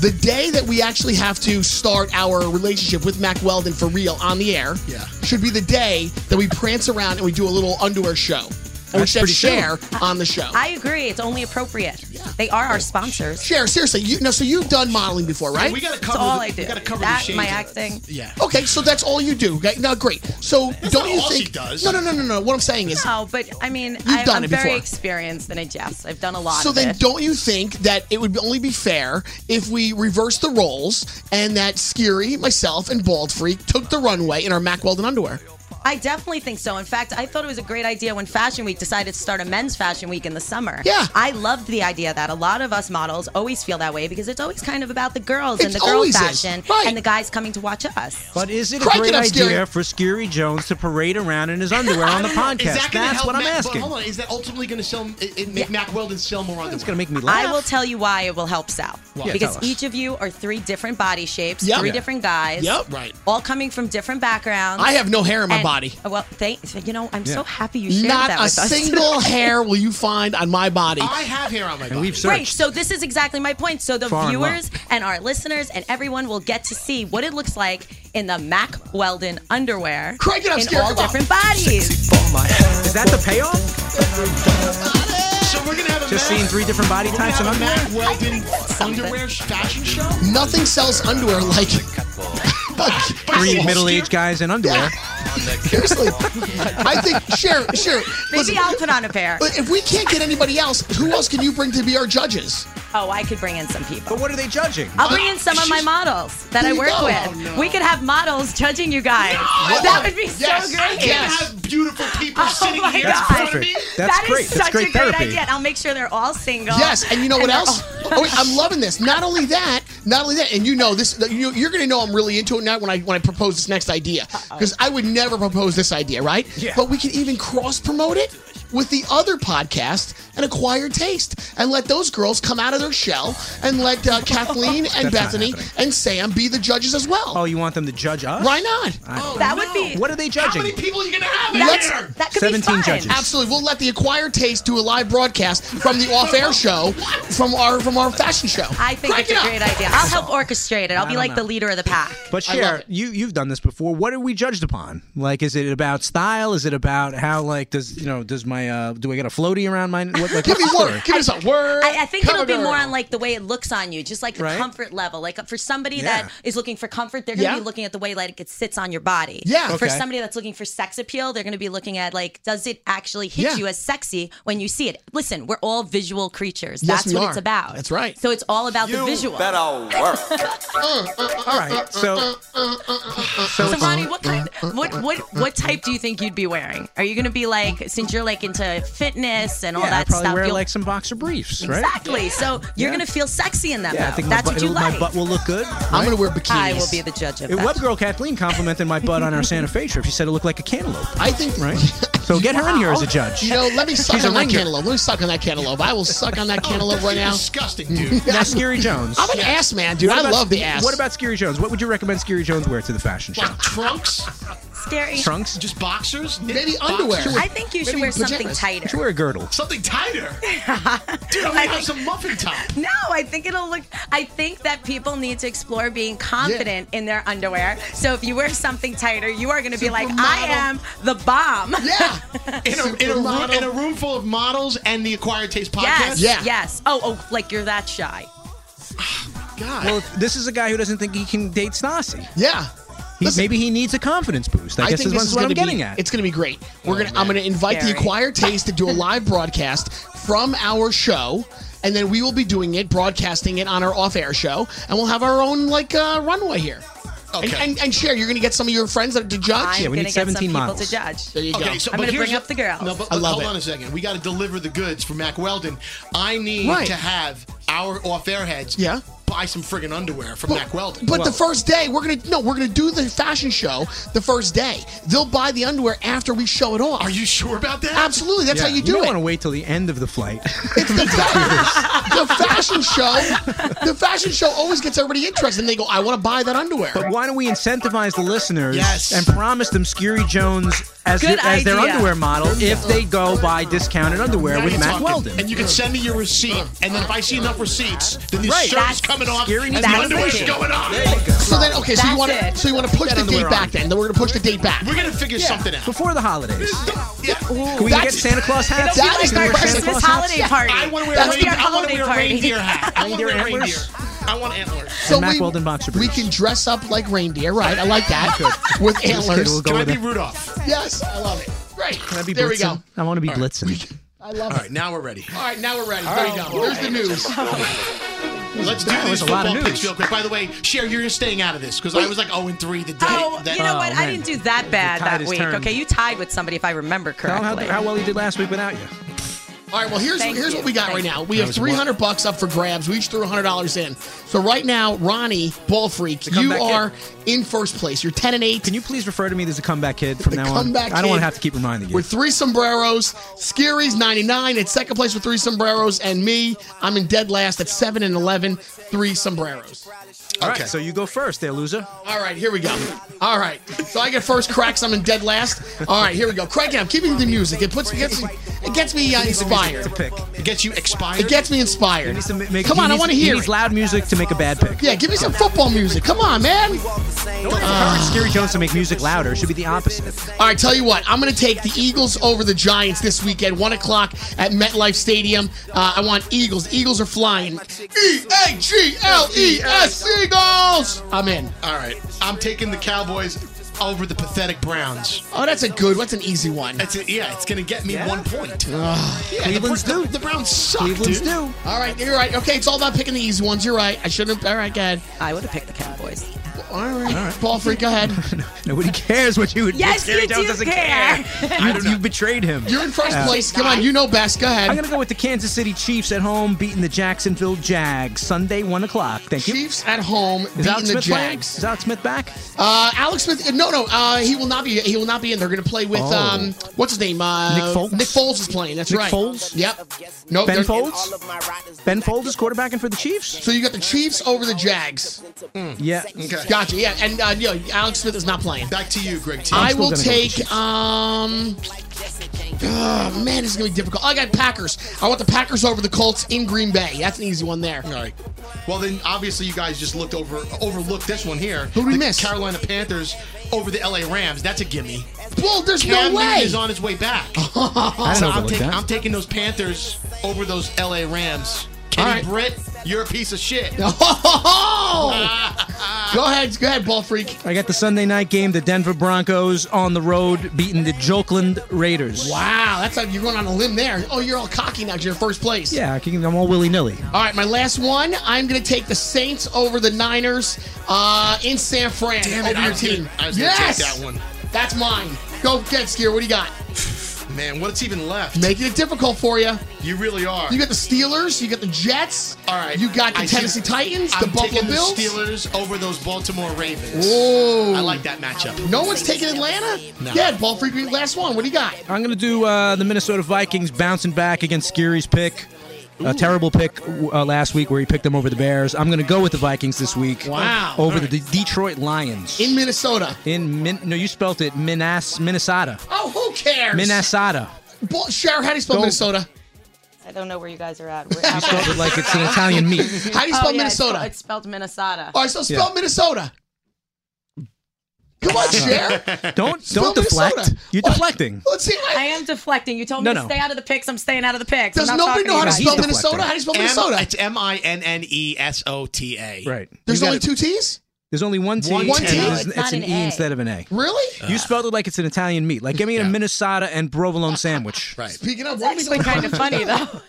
D: The day that we actually have to start our relationship with Mac Weldon for real on the air
C: Yeah.
D: should be the day that we prance around and we do a little underwear show. And we
E: That's
D: should have
E: pretty
D: Cher on the show.
H: I agree. It's only appropriate. They are our sponsors.
D: Cher, seriously, you no, so you've done modeling before, right?
C: we got to
H: That's
C: cover.
H: all
C: the,
H: I do.
C: We got to cover the
H: That,
C: shades
H: my
C: of it.
H: acting.
C: Yeah.
D: Okay, so that's all you do. Okay, now great. So don't
C: not
D: you
C: all
D: think
C: she does.
D: No no no no no. What I'm saying is
H: Oh, but I mean, I,
D: done
H: I'm
D: it
H: very
D: before.
H: experienced in it. Yes, I've done a lot.
D: So
H: of
D: then,
H: it.
D: don't you think that it would only be fair if we reversed the roles and that Skiri, myself, and Bald Freak took the runway in our Mack Weldon underwear?
H: I definitely think so. In fact, I thought it was a great idea when Fashion Week decided to start a men's fashion week in the summer.
D: Yeah.
H: I loved the idea of that a lot of us models always feel that way because it's always kind of about the girls
D: It
H: and the girl
D: always is.
H: fashion
D: Right.
H: and the guys coming to watch us.
E: But is it a
D: Crank it
E: great
D: up, Scary.
E: idea for Scary Jones to parade around in his underwear
C: I
E: on the
C: don't know. Is
E: podcast?
C: that gonna
E: That's
C: help
E: what I'm
C: Mac-
E: asking.
C: But hold on, is that ultimately going to sell? It, it make Mac Weldon sell more on
E: It's going to make me laugh.
H: I will tell you why it will help Sal.
E: Yeah,
H: because
E: tell us.
H: each of you are three different body shapes,
D: Yep.
H: three
D: Yeah.
H: different guys.
D: Yep. Right.
H: All coming from different backgrounds.
D: I have no hair in my
H: And-
D: body.
H: Well, thank you know, I'm
E: Yeah.
H: so happy you shared
D: Not
H: that
D: a
H: with us.
D: single hair will you find on my body.
C: I have hair on my body.
E: and we've
H: Right,
E: searched.
H: so this is exactly my point. So the
E: Far and long.
H: viewers and our listeners and everyone will get to see what it looks like in the Mac Weldon underwear
D: Crank it up,
H: in
D: Scary,
H: all
D: come on.
H: different bodies.
E: Is that the payoff?
C: so we're going to have a
E: Just
C: Mac,
E: seeing three different body
C: we're gonna
E: types of
C: have a
E: underwear?
C: Mac Weldon
H: something.
C: underwear sh- fashion show.
D: Nothing sells underwear like.
E: Three middle-aged guys in underwear.
D: Seriously, I think Cher, Cher. listen,
H: Maybe I'll put on a pair.
D: but if we can't get anybody else, who else can you bring to be our judges?
H: Oh, I could bring in some people.
E: But what are they judging?
H: I'll bring in some of my models that I
D: There you
H: work
D: go. Oh,
H: with. We could have models judging you guys. That would be
C: Yes,
H: so
C: I
H: great.
C: can have beautiful people
H: Oh
C: sitting
H: my
C: here
H: God.
C: in front of me.
E: Perfect. That's
H: That is
E: great. That's
H: such
E: great
H: a great
E: therapy.
H: idea. And I'll make sure they're all single.
D: Yes, and you know what
H: they're
D: else?
H: all-
D: Oh, wait, I'm loving this. Not only that, not only that, and you know this. You, you're going to know I'm really into it now when I when I propose this next idea because I would never propose this idea, right?
E: Yeah.
D: But we can even cross promote it with the other podcast and acquire taste and let those girls come out of their shell and let uh, Kathleen and
E: not
D: Bethany
E: happening.
D: and Sam be the judges as well.
E: Oh, you want them to judge us?
D: Why not?
H: that would be
E: What are they
C: How
E: judging?
C: many people are you going to have in
D: Let's-
C: here?
H: that could
E: 17
H: be fun.
E: judges.
D: Absolutely, we'll let the acquire taste do a live broadcast from the off-air show from our from our fashion show.
H: I think
D: Crank
H: it's
D: it
H: a
D: up.
H: great idea. I'll help orchestrate it. I'll be
E: don't
H: like
E: know.
H: the leader of the pack.
E: But
D: I love
E: Cher,
D: it.
E: you you've done this before. What are we judged upon? Like, is it about style? Is it about how like does you know does my uh do I get a floaty around my what, like,
D: Give me
E: what's the
D: word.
E: story?
D: Give us a word.
H: I, I think
D: Come
H: it'll be
D: on,
H: more
D: girl.
H: on like the way it looks on you, just like the
E: Right?
H: comfort level. Like for somebody
E: Yeah.
H: that is looking for comfort, they're gonna
D: Yeah.
H: be looking at the way like it sits on your body.
D: Yeah.
H: For
E: Okay.
H: somebody that's looking for sex appeal, they're gonna be looking at like, does it actually hit
D: Yeah.
H: you as sexy when you see it? Listen, we're all visual creatures.
D: Yes,
H: that's
D: we
H: what
D: are.
H: it's about.
D: That's right.
H: So it's all about the visual.
E: All right, so
H: So Ronnie, what kind, what what what type do you think you'd be wearing? Are you gonna be like, since you're like into fitness and all
E: yeah, I
H: that
E: probably
H: stuff?
E: wear
H: you'll-
E: like some boxer briefs, right?
H: Exactly. So you're
E: Yeah.
H: gonna feel sexy in them.
E: Yeah, I
H: though.
E: think
H: That's
E: my, butt,
H: what you
E: it'll-
H: like.
E: my butt will look good.
D: I'm gonna wear bikinis.
H: I will be the judge of
E: It,
H: that.
E: web girl Kathleen complimented my butt on our Santa Fe trip. She said it looked like a cantaloupe.
D: I think
E: Right. So get her in here as a judge.
D: You know, let me suck
E: She's a
D: on that
E: ringer.
D: cantaloupe. Let me suck on that cantaloupe. I will suck on that cantaloupe right now.
C: Disgusting, dude.
E: That's Scary Jones.
D: I'm an ass man, dude.
E: What
D: I
E: about-
D: love the ass.
E: What about Scary Jones? What would you recommend Scary Jones wear to the fashion show?
C: Like trunks,
H: Scary.
E: Trunks?
C: just boxers, knit
D: maybe
C: boxers.
D: underwear?
H: I think you should
D: Maybe
H: wear something
D: pajamas.
E: She
H: tighter.
E: wear a girdle.
C: Something tighter. Dude, I'm gonna have some muffin top.
H: No, I think it'll look. I think that people need to explore being confident in their underwear. So if you wear something tighter, you are going to be like, I am the bomb.
D: Yeah.
C: In a, in, a room, in a room full of models and the Acquired Taste podcast?
H: Yes.
D: Yeah.
H: Yes. Oh, oh, like you're that shy.
C: God.
E: Well, this is a guy who doesn't think he can date Stassi.
D: Yeah.
E: He,
D: Listen,
E: maybe he needs a confidence boost. I,
D: I
E: guess
D: think
E: is,
D: this
E: what-
D: is
E: what
D: gonna
E: I'm
D: be. Oh,
E: getting at.
D: It's gonna be great. We're gonna. I'm gonna invite the
H: Scary.
D: Acquire Taste to do a live broadcast from our show, and then we will be doing it, broadcasting it on our off-air show, and we'll have our own like uh, runway here. Okay. And, and, and share. You're gonna get some of your friends that to judge.
H: I'm
E: we need
H: going to get some
E: 17
H: people
E: models.
H: to judge.
D: There you go.
C: Okay, so
H: I'm
C: but
H: gonna
C: here's
H: bring up the girls.
C: No, but,
D: I
C: but
D: love
C: hold
D: it.
C: on a second. We got to deliver the goods for Mac Weldon. I need
D: Right.
C: to have our off air heads
D: Yeah.
C: buy some friggin' underwear from Mac Weldon.
D: But the first day, we're gonna no, we're gonna do the fashion show the first day. They'll buy the underwear after we show it off. Are
C: you sure about that?
D: Absolutely, that's
E: Yeah,
D: how you do
E: don't
D: it.
E: want to wait till the end of the flight.
D: the fashion show, the fashion show always gets everybody interested, and they go, "I want to buy that underwear."
E: But why don't we incentivize the listeners and promise them Scary Jones as,
D: Good
E: their, as their
D: idea.
E: underwear model if they go buy discounted underwear
C: Now
E: with
C: you're
E: Mac
C: talking.
E: Weldon?
C: And you can send me your receipt, and then if I see enough receipts, then the
D: Right.
C: shirt's
D: That's
C: coming off,
D: scary
C: and
D: news.
C: the
D: That's
C: underwear's
D: it.
C: going on.
D: So then, okay, so you want to, so you want to push
C: Get
D: the
C: underwear
D: date
C: on.
D: back? Then then we're gonna push the date back.
C: We're gonna figure something out.
E: Before the holidays.
C: Yeah.
E: Can we get Santa Claus hats?
D: That is
E: Can we
D: my
E: wear Santa
D: Christmas
E: Claus
D: holiday
E: hats?
D: party.
C: I want to wear,
D: That'll
C: a
D: be
C: reindeer-
D: our
C: I wanna
D: holiday
C: wear a
D: party.
C: reindeer hat. I want to wear a
D: Reindeer
C: reindeer. I want antlers.
D: So
E: Mac
D: we,
E: Weldon boxer
D: we can dress up like reindeer, right? I like that. With
E: This kid
D: antlers.
E: will go Can I with be it.
C: Rudolph?
D: Yes, I love it. Great.
E: Can I be
D: there
E: Blitzen?
D: we go.
E: I want to be Blitzen.
D: I love
C: All right, now we're ready.
D: it. All right, now we're ready. There you
C: Oh,
D: go. There's the news.
C: Let's do
E: That
C: these
E: was a lot of
C: football picks
E: news.
C: real quick. By the way, Cher, you're staying out of this because I was like 0 and 3 the day.
H: Oh,
C: that-
H: you know what? I didn't do that bad
C: tide
H: that
C: has
H: week.
C: turned.
H: Okay, you tied with somebody if I remember
E: Tell him
H: correctly.
E: how, how well he did last week without you.
D: All right, well here's
H: Thank
D: here's
H: you.
D: what we got
H: Thank
D: right now.
H: you.
D: We
E: That
D: have
E: was
D: 300 bucks up for grabs. We each threw 100 dollars in. So right now, Ronnie Ball Freak, you
E: comeback
D: are in first place. You're 10 and 8.
E: Can you please refer to me as a comeback kid from now on?
D: comeback
E: I don't want
D: kid.
E: to have to keep reminding you.
D: With three sombreros, Scary's 99 at second place with three sombreros, and me, I'm in dead last at 7 and 11, three sombreros.
E: All right, so you go first there, loser.
D: All right, here we go. All right, so I get first cracks. I'm in dead last. All right, here we go. Crank it. I'm keeping the music. It puts it gets me, it gets me uh, inspired.
E: Pick.
C: It gets you expired.
D: It gets me inspired.
E: Needs to ma- make-
D: Come
E: he
D: on, I
E: needs-
D: want to
E: He
D: hear
E: needs
D: it.
E: loud music to make a bad pick.
D: Yeah, give me some football music. Come on, man.
E: Don't encourage Scary Jones to make music louder. It should be the opposite.
D: All right, tell you what, I'm going to take the Eagles over the Giants this weekend, one o'clock at MetLife Stadium. Uh, I want Eagles. Eagles are flying. E A G L E S Eagles. I'm in.
C: All right, I'm taking the Cowboys over the pathetic Browns.
D: Oh, that's a good. What's an easy one?
C: That's it. Yeah, it's gonna get me
E: Yeah?
C: one point.
D: Ugh.
C: Yeah,
E: Cleveland's
C: the, Br-
E: due.
C: The, the Browns suck,
E: Cleveland's
C: dude.
E: due.
D: All right, you're right. Okay, it's all about picking the easy ones. You're right. I shouldn't have. All right, go ahead.
H: I would have picked the Cowboys.
D: All right, ball freak, go ahead.
E: Nobody cares what you would
H: Yes,
E: Scary
H: you
E: Jones
H: do
E: doesn't
H: care.
E: You, you betrayed him.
D: You're in first
E: Uh,
D: place. Come on, you know best. Go
E: I'm
D: ahead.
E: going to go with the Kansas City Chiefs at home beating the Jacksonville Jags Sunday, 1 o'clock. Thank you.
D: Chiefs at home
E: Is
D: beating
E: Alex
D: the
E: Smith playing?
D: Jags.
E: Is Alex Smith back?
D: Uh, Alex Smith. No, no, uh, he will not be. He will not be in. They're going to play with
E: Oh.
D: um, what's his name? Uh,
E: Nick Foles?
D: Nick Foles is playing. That's
E: Nick
D: right.
E: Foles?
D: Yep. No.
E: Ben
D: they're-
E: Folds? Ben Folds is quarterbacking for the Chiefs?
D: So you got the Chiefs over the Jags.
E: Yeah.
D: Gotcha. Yeah, and uh, yo, Alex Smith is not playing.
C: Back to you, Greg T.
E: I'm
D: I
E: still
D: will
E: gonna go with the
D: take.
E: Chiefs.
D: Um, oh, man, this is gonna be difficult. I got Packers. I want the Packers over the Colts in Green Bay. That's an easy one there.
C: All right. Well, then obviously you guys just looked over overlooked this one here.
D: Who'd we
C: the
D: miss?
C: Carolina Panthers over the LA Rams. That's a gimme.
D: Well, there's
C: Cam
D: no
C: Newton
D: way.
C: is on his way back.
E: I
C: so
E: don't
C: I'm,
E: overlook
C: taking
E: that.
C: I'm taking those Panthers over those LA Rams. Kenny
D: All right.
C: Britt, you're a piece of shit.
D: Oh! go ahead, go ahead, ball freak.
E: I got the Sunday night game, the Denver Broncos on the road beating the Jokeland Raiders.
D: Wow, that's how you're going on a limb there. Oh, you're all cocky now. 'cause You're in first place.
E: Yeah, I can- I'm all willy nilly.
D: All right, my last one. I'm going to take the Saints over the Niners uh, in San Fran.
C: Damn it,
D: over
C: I
D: your
C: was
D: team.
C: gonna- I was gonna
D: yes,
C: take that one.
D: That's mine. Go get Skier. What do you got?
C: Man, what's even left?
D: Making it difficult for you.
C: You really are.
D: You got the Steelers. You got the Jets.
C: All right.
D: You got the
C: I see-
D: Tennessee Titans.
C: I'm
D: The Buffalo
C: taking
D: Bills.
C: The Steelers over those Baltimore Ravens.
D: Whoa.
C: I like that matchup.
D: No one's taking Atlanta. Yeah, ball freak. Last one. What do you got?
E: I'm going to do uh, the Minnesota Vikings bouncing back against Scary's pick. A terrible pick uh, last week where he picked them over the Bears. I'm going to go with the Vikings this week.
D: Wow.
E: Over the De- Detroit Lions.
D: In Minnesota.
E: In Min- no, you spelt it Minas Minnesota.
D: Oh, who cares?
E: Minnesota.
D: Ball- Sharon, how do you spell
E: Go-
D: Minnesota?
H: I don't know where you guys are at. We're Oh,
E: You spelled it like it's an Italian meat.
D: How do you spell Minnesota?
H: It's spelled Minnesota.
D: All right, so spell Minnesota. Come on, Cher.
E: Don't
D: Spell
E: don't deflect.
D: Minnesota.
E: You're
D: What?
E: deflecting.
D: Let's see.
H: I am deflecting. You told
E: No,
H: me
E: no.
H: to stay out of the picks. I'm staying out of the picks.
D: Does
H: I'm not
D: nobody
H: talking
D: know how to
H: you
E: he's
D: spell
E: deflecting.
D: Minnesota? How do you spell
C: M-
D: Minnesota?
C: it's M I N N E S O T A.
E: Right.
D: There's
E: You
D: only
E: gotta-
D: two T's?
E: There's only one T.
C: One
E: and
C: T.
E: it's-
C: No,
H: it's
E: It's,
H: not
E: an,
H: an
E: E
H: A.
E: instead of an A.
D: Really?
C: Uh,
E: You spelled it like it's an Italian meat. Like give me a Minnesota and provolone sandwich.
C: Right.
D: Speaking of,
H: guys.
D: why
H: It's
D: don't
H: actually
D: we
H: kind of funny though.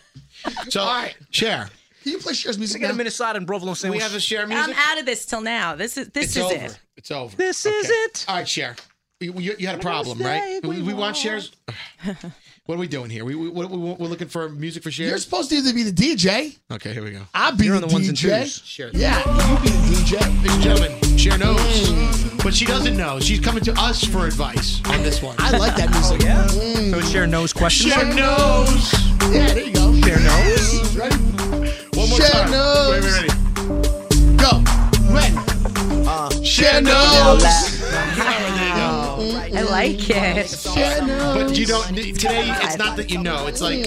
C: So, all right. Share.
D: Can you play Cher's music?
E: Get a
D: now?
E: Minnesota and provolone
C: We
E: sandwich.
C: have a share music.
H: I'm out of this till now. This is this
C: it's
H: is
C: over.
H: it.
C: It's over.
E: This is
C: Okay.
E: it.
C: All right, share. You, you- you had a problem, right? We, we want shares. What are we doing here? We, we, what, we we're looking for music for shares.
D: You're supposed to either be the DJ.
C: Okay, here we go.
D: I'll be
C: You're on
D: the,
C: the ones and
D: DJ.
C: twos. Sure.
D: Yeah, you be the DJ.
C: Ladies and gentlemen, Cher knows, but she doesn't know. She's coming to us for advice on this one.
D: I like that
C: Oh,
D: music.
E: yeah. So Cher knows questions.
C: Cher knows.
D: Yeah, there you go.
E: Cher knows.
D: Ready?
C: One more
D: Cher
C: time.
D: knows.
C: Wait, wait, ready.
D: Go. When? Cher knows.
H: I like it.
D: Cher knows. Hmm.
C: But you don't. Today, it's not that you know. It's like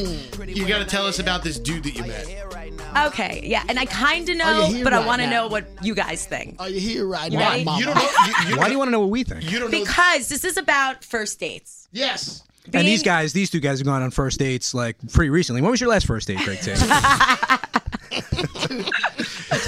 C: you got to tell us about this dude that you met.
H: Okay, yeah, and I kind of
D: Are you
H: know,
D: here
H: but I
D: right
H: want to
D: now?
H: know what you guys think.
D: Are you here right
H: You
D: now,
H: ready?
D: mama?
C: You don't know. You, you
E: Why
C: don't,
E: do you want to know what we think?
C: you don't know.
H: Because this is about first dates.
D: Yes.
E: and
H: Being-
E: these guys, these two guys have gone on first dates like pretty recently. When was your last first date, Greg Tate?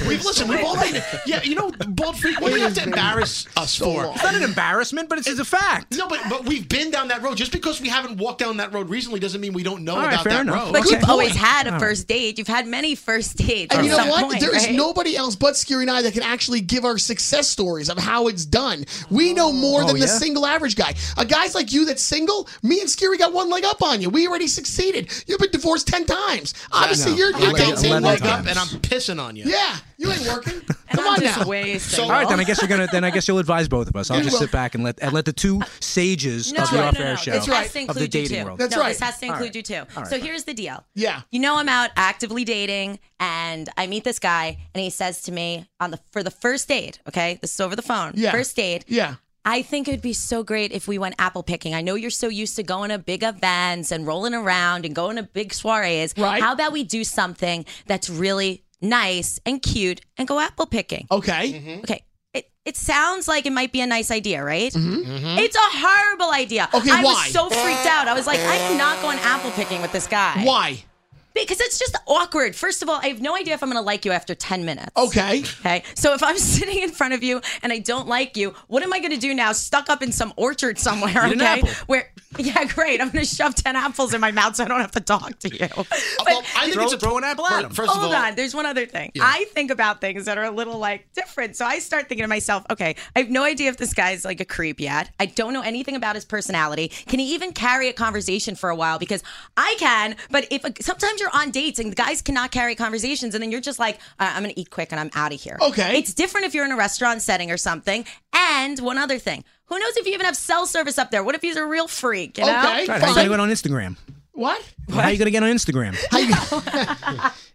C: We've listened. We've already. Yeah, you know, bald freak. What do you have to embarrass us for?
E: It's not an embarrassment, but it's, it's a fact.
C: No, but but we've been down that road. Just because we haven't walked down that road recently doesn't mean we don't know
E: All right,
C: about
E: fair
C: that
E: enough.
C: road.
H: But
E: Okay.
H: you've always had
E: All
H: a
E: right.
H: first date. You've had many first dates.
D: And
H: at
D: you know
H: some
D: what?
H: Point,
D: there is
H: right?
D: nobody else but Skiri and I that can actually give our success stories of how it's done. We know more than the
E: Oh, yeah?
D: single average guy. A guy's like you that's single, me and Skiri got one leg up on you. We already succeeded. You've been divorced ten times. Obviously,
E: know.
D: you're
E: I
D: you're
E: got
D: dating
C: Say
D: same
E: eleven
C: wake
D: leg
C: up
E: times.
D: up.
C: and I'm pissing on you.
D: Yeah, you ain't working.
H: And
D: Come
H: I'm
D: on
H: just
D: now.
H: wasting.
C: So-
E: All right, then I guess you're gonna. Then I guess you'll advise both of us. I'll just
D: will.
E: sit back and let and let the two sages
H: No,
E: of the
H: no, no,
E: off
H: no,
E: air
H: no.
E: show
H: This has to
E: of
H: include
E: the
H: you
E: dating
H: too.
E: world.
D: That's
H: no,
D: right.
H: This has to
E: All
H: include
E: right.
H: you too.
E: All right,
H: so
E: fine.
H: here's the deal.
D: Yeah.
H: You know I'm out actively dating, and I meet this guy, and he says to me on the for the first date. Okay, this is over the phone.
D: Yeah.
H: First date.
D: Yeah.
H: I think it'd be so great if we went apple picking. I know you're so used to going to big events and rolling around and going to big soirees.
D: Right.
H: How about we do something that's really nice and cute and go apple picking?
D: Okay.
H: Okay. It, it sounds like it might be a nice idea, right? It's a horrible idea.
D: Mm-hmm. Okay,
H: I
D: why?
H: was so freaked out. I was like, I'm not going apple picking with this
E: Mm-hmm.
H: guy.
D: Why?
H: Because it's just awkward. First of all, I have no idea if I'm going to like you after 10 minutes.
D: Okay.
H: Okay. So if I'm sitting in front of you and I don't like you, what am I going to do now? Stuck up in some orchard somewhere, okay?
E: an apple.
H: Where, yeah, great. I'm going to shove 10 apples in my mouth so I don't have to talk to you. But
C: Well, I think
E: Throw-
C: it's a
E: throw an apple at 'em.
C: First of
H: Hold
C: all,
H: on, there's one other thing. I think about things that are a little like different. So I start thinking to myself, okay, I have no idea if this guy's like a creep yet. I don't know anything about his personality. Can he even carry a conversation for a while? Because I can, but if sometimes you're on dates and the guys cannot carry conversations, and then you're just like, uh, I'm gonna eat quick and I'm out of here.
D: Okay.
H: It's different if you're in a restaurant setting or something. And one other thing. Who knows if you even have cell service up there? What if he's a real freak? You know?
D: Okay.
E: All right, how you gonna
D: Fine.
E: get on Instagram?
D: What?
E: How you gonna get on Instagram?
D: How you-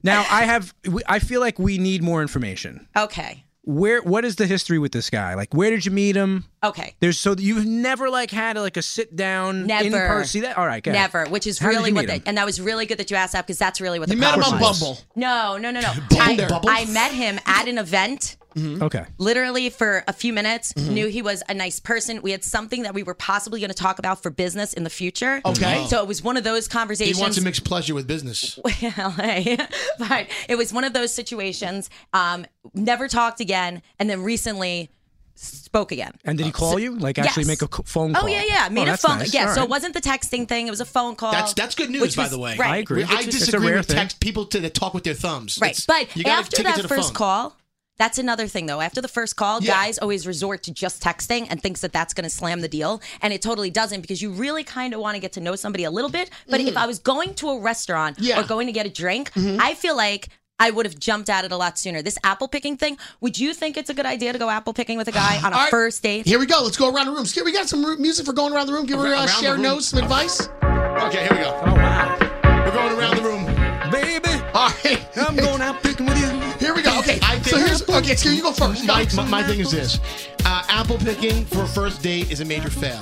E: Now I have. we- I feel like we need more information.
H: Okay.
E: Where? What is the history with this guy? Like, where did you meet him?
H: Okay.
E: There's so you've never like had like a sit down in
H: Never.
E: person. See that? All right, go ahead.
H: Never, which is
E: How did
H: really
E: you
H: what
E: meet
H: they,
E: him?
H: and that was really good that you asked that because that's really what the
D: you met him
H: problem
D: on
H: was.
D: Bumble.
H: No, no, no, no.
D: Bumble?
H: I, I met him at an event,
E: Mm-hmm. Okay.
H: literally for a few minutes.
D: Mm-hmm.
H: Knew he was a nice person. We had something that we were possibly going to talk about for business in the future.
D: Okay.
H: so it was one of those
C: he
H: conversations.
C: wants to mix pleasure with business.
H: LA. but it was one of those situations. Um, never talked again, and then recently spoke again.
E: And did he call you? Like actually
H: Uh, Yes.
E: make a c- phone
H: Oh
E: call?
H: yeah, yeah.
E: Oh,
H: Made a
E: that's
H: phone.
E: nice.
H: Yeah,
E: All
H: so
E: right.
H: it wasn't the texting thing. It was a phone call.
C: That's that's good news,
H: which
C: by
H: was-
C: the way.
H: right.
E: I agree.
C: I
E: It's a
C: disagree
E: rare
C: with
E: thing.
C: text people to that talk with their thumbs.
H: Right.
C: It's- you
H: but
C: gotta
H: after
C: take it to
H: that
C: the
H: first
C: phone.
H: call, that's another thing though. After the first call,
D: Yeah.
H: guys always resort to just texting and thinks that that's going to slam the deal, and it totally doesn't because you really kind of want to get to know somebody a little bit. But if I was going to a restaurant
D: Yeah.
H: or going to get a drink, I feel like I would have jumped at it a lot sooner. This apple picking thing, would you think it's a good idea to go apple picking with a guy on a
D: All right.
H: first date?
D: Here we go. Let's go around the room. Skiri, we got some ru- music for going around the room. Give her
C: Around
D: uh,
C: the
D: share
C: room.
D: notes, some advice.
C: Okay, here we go.
E: Oh wow,
C: We're going around the room.
E: baby,
D: All right.
E: I'm going out picking with you.
D: Here we go. Okay.
C: I
D: so
C: think-
D: here's okay. Skiri, you go first.
C: My, my, my thing is this: uh, apple picking for a first date is a major fail.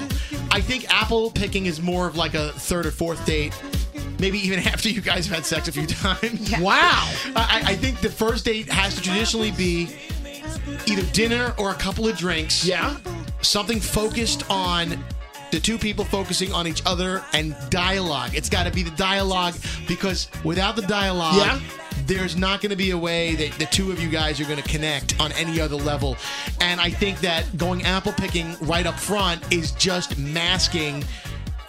C: I think apple picking is more of like a third or fourth date, maybe even after you guys have had sex a few times.
D: Wow.
C: I, I- I think the first date has to traditionally be either dinner or a couple of drinks.
D: Yeah.
C: Something focused on the two people focusing on each other and dialogue. It's got to be the dialogue because without the dialogue,
D: Yeah.
C: there's not going to be a way that the two of you guys are going to connect on any other level. And I think that going apple picking right up front is just masking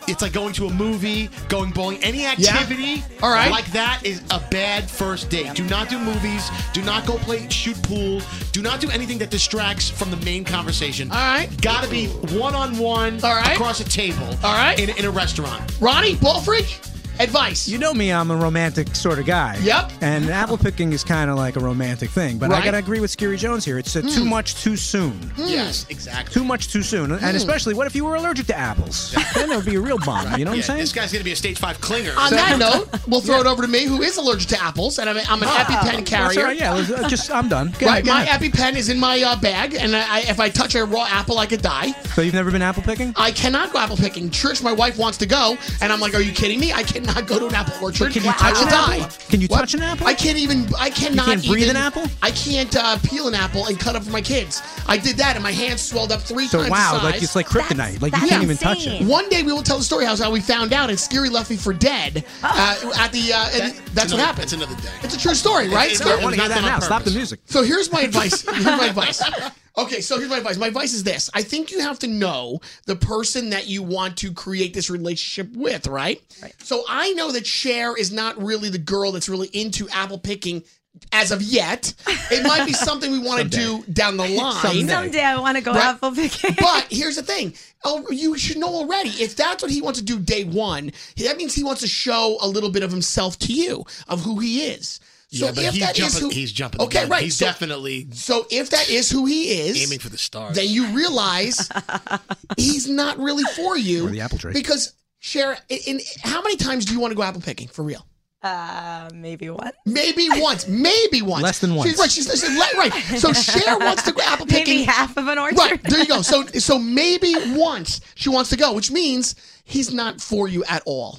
C: It's like going to a movie, going bowling, any activity
D: All right.
C: like that is a bad first date. Do not do movies. Do not go play shoot pool. Do not do anything that distracts from the main conversation.
D: All right.
C: Gotta be one on one
D: All right.
C: across a table.
D: All right. Hmm.
C: In, in a restaurant.
D: Ronnie, ball freak, advice.
E: You know me, I'm a romantic sort of guy.
D: Yep.
E: And apple picking is kind of like a romantic thing, but
D: Right.
E: I gotta agree with Scary Jones here. It's uh,
C: Hmm.
E: too much too soon.
C: Yes, exactly.
E: Too much too soon,
C: Hmm.
E: and especially what if you were allergic to apples? then that would be a real bomb. You know what
C: Yeah,
E: I'm saying?
C: This guy's gonna be a stage five clinger.
D: On that note, we'll throw it over to me, who is allergic to apples, and I'm, I'm an EpiPen carrier.
E: That's all right. Yeah. let's- uh, Just I'm done. Go
D: Right,
E: ahead, go
D: my
E: ahead.
D: EpiPen is in my uh, bag, and I, I, if I touch a raw apple, I could die.
E: so you've never been apple picking?
D: I cannot go apple picking. Church, my wife wants to go, and I'm like, "Are you kidding me? I cannot go to an apple orchard.
E: can you
D: I
E: touch
D: will
E: an
D: die.
E: apple? Can you
D: What?
E: touch an apple?
D: I can't even. I cannot.
E: can't breathe
D: even-
E: an apple?
D: I can't uh, peel an apple and cut up for my kids. I did that, and my hands swelled up three
E: So
D: times.
E: wow,
D: the
E: like
D: size.
E: it's like kryptonite. Like you
H: that's
E: can't even touch
H: insane.
E: it.
D: One day we will tell the story how, how we found out, and Scary left me for dead
C: Oh.
D: uh, at the. Uh, and that's what happened.
C: It's another day.
D: It's a true story, right?
C: It's
D: Scary?
C: not
E: I want to
C: Not
E: hear that
C: done on
E: now. Stop the
C: purpose.
E: music.
D: So here's my advice. Here's my advice. Okay, so here's my advice. My advice is this. I think you have to know the person that you want to create this relationship with, right? So I know that Cher is not really the girl that's really into apple picking as of yet. It might be something we want to do down the line.
H: Someday I want to go
D: Right.
H: apple picking.
D: But here's the thing. Oh, you should know already. If that's what he wants to do day one, that means he wants to show a little bit of himself to you, of who he is. So
C: yeah, but
D: if
C: he's
D: that is
C: jumping.
D: who-
C: he's jumping. the
D: Okay,
C: gun.
D: right.
C: He's
D: so,
C: definitely
D: so if that is who he is,
C: aiming for the stars.
D: then you realize he's not really for you.
E: Or the apple tree.
D: Because Cher, in, in- how many times do you want to go apple picking for real?
H: Uh, maybe what?
D: Maybe once, maybe once.
E: Less than once.
D: She's right. She's, she's le- right. So Cher wants to go apple picking.
H: Maybe half of an orchard.
D: Right there you go. So so maybe once she wants to go, which means he's not for you at all.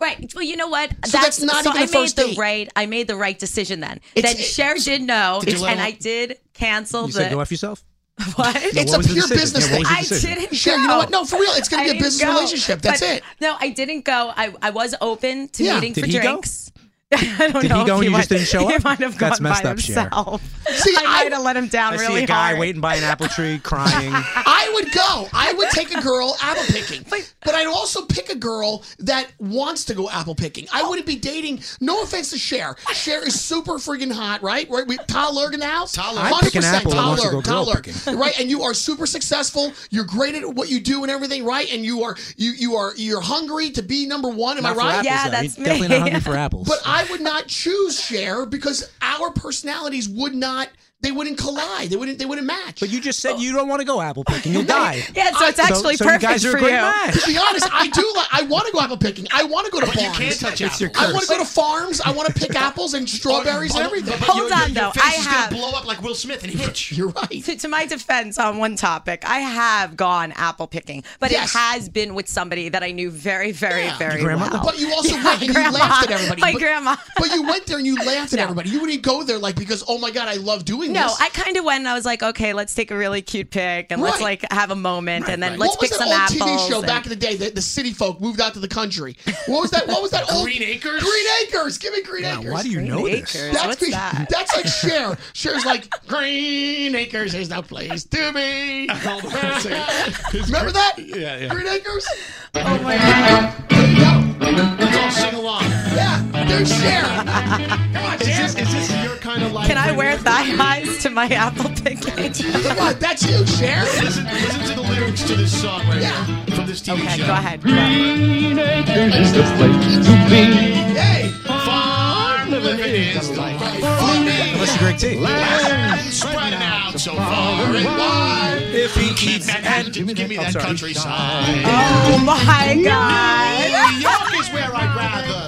H: Right. Well, you know what?
D: that's not
H: so
D: even
H: I
D: a first
H: made
D: date.
H: the right. I made the right decision then.
D: It's-
H: then Cher did know,
C: Did you let
H: and
C: him-
H: I did cancel
E: You
H: the
E: said go f yourself.
H: what?
D: It's a
E: was the
D: pure
E: decision?
D: business
E: Yeah, what
D: thing.
E: was your
H: I
E: decision?
H: didn't.
D: Cher,
H: go.
D: you know what? No, for real, it's gonna
H: I
D: be a
H: didn't
D: business
H: go.
D: relationship. That's
H: But-
D: it.
H: No, I didn't go. I, I was open to
D: Yeah.
H: meeting
E: Did
H: for
E: he go?
H: drinks. I don't
E: Did he
H: know.
E: go
H: if
E: and you
H: might,
E: just didn't show
H: He
E: up?
H: might have
E: That's
H: gone
E: messed
H: by
E: up, Cher.
H: himself.
D: See,
H: I,
D: I-
H: might have let him down
E: I
H: really
E: see a guy
H: hard.
E: waiting by an apple tree crying.
D: I would go. I would take a girl apple picking. But, I'd also pick a girl that wants to go apple picking. I wouldn't be dating, no offense to Cher. Cher is super freaking hot, right? Right? We, Todd Lurg in the house?
C: Todd Lurg.
D: Lurg.
E: I'd pick an apple that
D: Todd
E: wants to
D: Lurg,
E: go girl
D: Todd Lurg. Right? And you are super successful. You're great at what you do and everything, right? And you are you you are you're hungry to be number one. Am
E: Not
D: I
E: for
D: right?
E: apples,
H: Yeah,
E: though.
H: that's
E: You're Definitely not
H: me.
E: hungry for apples.
D: But I would not choose Cher because our personalities would not they wouldn't collide. They wouldn't they wouldn't match.
E: But you just said you don't want to go apple picking. You'll die.
H: Yeah, so it's actually
E: so, so you
H: perfect
E: guys are
H: for
E: a great
H: you.
E: match.
D: to be honest, I do. Like, I want to go apple picking. I want to go to
C: but you
D: farms.
C: can't touch
E: It's your
C: apples.
E: curse.
D: I want to go to farms. I want to pick apples and strawberries and everything.
C: But
H: Hold
C: your-
H: on,
C: your- your
H: though.
C: face
H: I
C: is
H: have-
C: gonna blow up like Will Smith and hitch.
D: You're right.
H: to, to my defense on one topic, I have gone apple picking, but
D: Yes.
H: it has been with somebody that I knew very, very,
D: Yeah.
H: very
E: Your grandma?
H: well.
D: But you also
H: Yeah,
D: went and
H: grandma.
D: you laughed at everybody.
H: My
D: but,
H: grandma.
D: But you went there and you laughed at
H: No.
D: everybody. You wouldn't go there like because oh my god, I love doing
H: No,
D: this.
H: I kind of went and I was like, okay, let's take a really cute pic and let's
D: Right.
H: like have a moment and then
C: right.
H: let's
D: what was
H: pick
D: that
H: some
D: old
H: apples.
D: TV show
H: and-
D: back in the day that the city folk moved out to the country? What was that? What was that old
C: Green Acres?
D: Green Acres. Give me Green
E: Wow,
D: Acres.
E: why do you know
H: Acres.
E: this?
D: That's
H: What's
D: be-
H: that?
D: That's like Cher. Cher's like Green Acres is no place to be. Remember that?
C: Yeah, yeah.
D: Green Acres.
H: Oh my god!
C: Let's all sing along.
D: Yeah, there's Cher.
C: Is this, is this your kind of life?
H: Can I
C: Randy?
H: wear thigh highs to my apple picking?
D: Come on, that's you, Cher.
C: Listen, listen to the lyrics to this song right
D: Yeah.
C: here from this TV
H: Okay,
C: show.
H: go ahead. Go ahead.
D: Hey,
C: Farm living is the life for me.
E: That's a great tea.
C: Land spread out so far and wide.
E: If he
C: Keep that and give me
E: I'm
C: that
E: sorry.
C: countryside.
H: Oh my
C: New
H: god!
C: York is where I'd rather.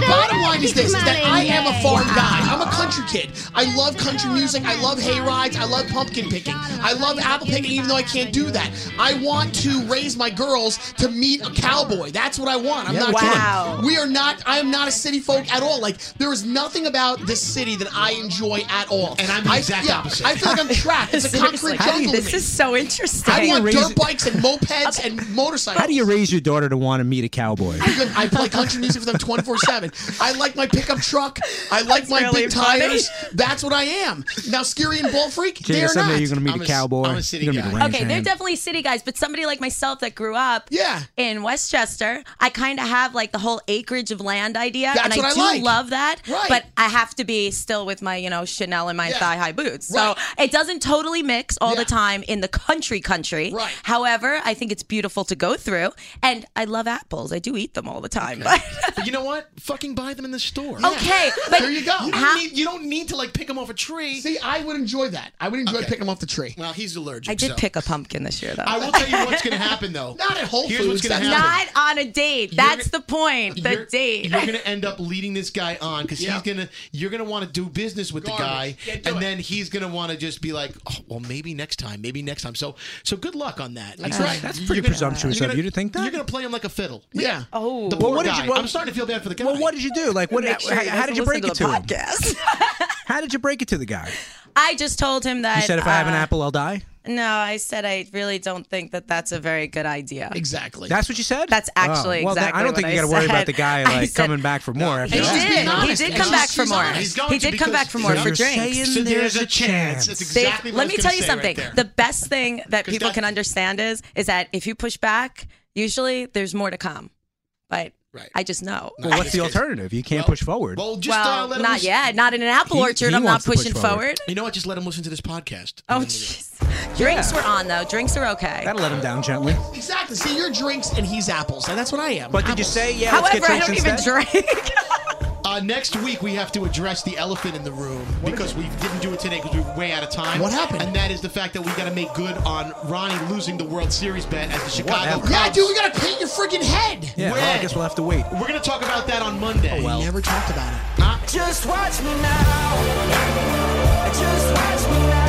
D: the bottom line is this: is that I am a farm guy. I'm a country kid. I love country music. I love hay rides. I love pumpkin picking. I love apple picking, even though I can't do that. I want to raise my girls to meet a cowboy. That's what I want. I'm not
H: Wow.
D: kidding. We are not. I am not a city folk at all. Like there is nothing about this city that I enjoy at all.
C: And I'm the
D: I,
C: exact
D: yeah,
C: opposite.
D: I feel like I'm trapped. It's a
H: Seriously,
D: concrete jungle. to
H: this
D: me.
H: is so interesting.
D: I want
E: raise
D: dirt
E: it-
D: bikes and mopeds and motorcycles.
E: How do you raise your daughter to want to meet a cowboy?
D: Good. I play country music for them 24 7. I like my pickup truck. I like
H: That's
D: my
H: really
D: big tires.
H: funny.
D: That's what I am. Now, Skiri and Bull Freak,
E: Jada,
D: they're
E: someday
D: not.
E: you're gonna meet
C: I'm
E: a
C: a-
E: cowboy.
C: I'm a city
E: you're gonna meet
C: guy.
E: ranch
H: Okay, they're
E: hand.
H: definitely city guys, but somebody like myself that grew up
D: Yeah.
H: in Westchester, I kind of have like the whole acreage of land idea,
D: That's
H: and
D: what I
H: do
D: like.
H: love that.
D: Right.
H: But I have to be still with my you know Chanel and my
D: Yeah.
H: thigh high boots, so
D: Right.
H: it doesn't totally mix all
D: Yeah.
H: the time in the country country.
D: Right.
H: However, I think it's beautiful to go through, and I love apples. I do eat them all the time, but
C: But you know what? Fucking buy them in the store.
H: okay, but
D: There you go.
C: You
H: Ha-
C: don't, need, you don't need to like pick them off a tree.
D: See, I would enjoy that. I would enjoy picking them off the tree.
C: Well, he's allergic.
H: I did
C: so.
H: pick a pumpkin this year though.
C: I will tell you what's going to happen though.
D: Not at Whole
C: Here's
D: Foods.
C: what's going
D: That's
C: to happen.
H: Not on a date. That's the point. The
C: you're,
H: date.
C: You're gonna end up leading this guy on because
D: Yeah.
C: he's gonna. You're gonna want to do business with the guy,
D: Garbage. Can't do
C: and
D: it.
C: then he's gonna want to just be like, oh, well, maybe next time, maybe next time. So, so good luck on that. That's
D: right.
E: That's pretty presumptuous of you to think that.
C: You're gonna play him like a fiddle.
D: Yeah.
H: Oh.
C: The
E: Well,
C: poor
E: what did
C: guy.
E: you- well-
C: I'm starting to feel bad for the guy.
E: Well, what did you do? Like, what?
H: Make sure
E: how,
H: he
E: how did you
H: doesn't
E: break it to
H: listen
E: him?
H: the podcast.
E: How did you break it to the guy?
H: I just told him that.
E: You said if I have an
H: uh,
E: apple, I'll die.
H: No, I said I really don't think that that's a very good idea.
D: Exactly.
E: That's what you said.
H: That's actually
E: Oh, well, then
H: exactly
E: I don't
H: what
E: think you
H: I
E: got to worry about
H: said.
E: the guy
H: I
E: like
H: said-
E: coming back for more.
H: He
E: After
D: She's
E: that.
H: did.
D: being honest,
H: He did
D: and
H: come
D: she's-
H: back for
D: she's
H: more.
D: honest.
C: He's going
H: He
C: to
H: did come
C: because-
H: back for more
C: So
H: for
E: you're
H: drinks.
E: saying-
C: So
E: There's
C: there's
E: a
C: a chance. That's
E: chance.
H: They-
C: exactly. what I
H: let
C: was
H: me
C: gonna
H: tell you
C: say
H: something.
C: Right
H: the
C: there.
H: best thing that people
C: that-
H: can understand is is that if you push back, usually there's more to come. But
C: Right.
H: I just know.
E: Well, what's the alternative? You can't push forward.
C: well, just uh,
H: well,
C: let him
H: not
C: listen-
H: yet. Not in an apple
E: He-
H: orchard.
E: he
H: I'm not
E: wants to push
H: pushing
E: forward.
H: forward.
C: You know what? Just let him listen to this podcast.
H: Oh, jeez. Drinks were on though. Drinks are okay.
E: That'll let him down gently.
D: exactly. See, you're drinks and he's apples, and that's what I am.
E: But did you
D: Apples.
E: say yeah? let's get
H: However, I
E: drinks
H: don't even
E: instead?
H: drink.
C: Uh, next week we have to address the elephant in the room because we didn't do it today because we were way out of time.
D: What happened?
C: And that is the fact that we got to make good on Ronnie losing the World Series bet as the Chicago
E: Whatever.
C: Cubs.
D: Yeah, dude, we gotta paint your freaking head.
E: Yeah, well, I guess we'll have to wait.
C: We're gonna talk about that on Monday.
D: We never talked about it.
A: Just watch me now. Just watch me now.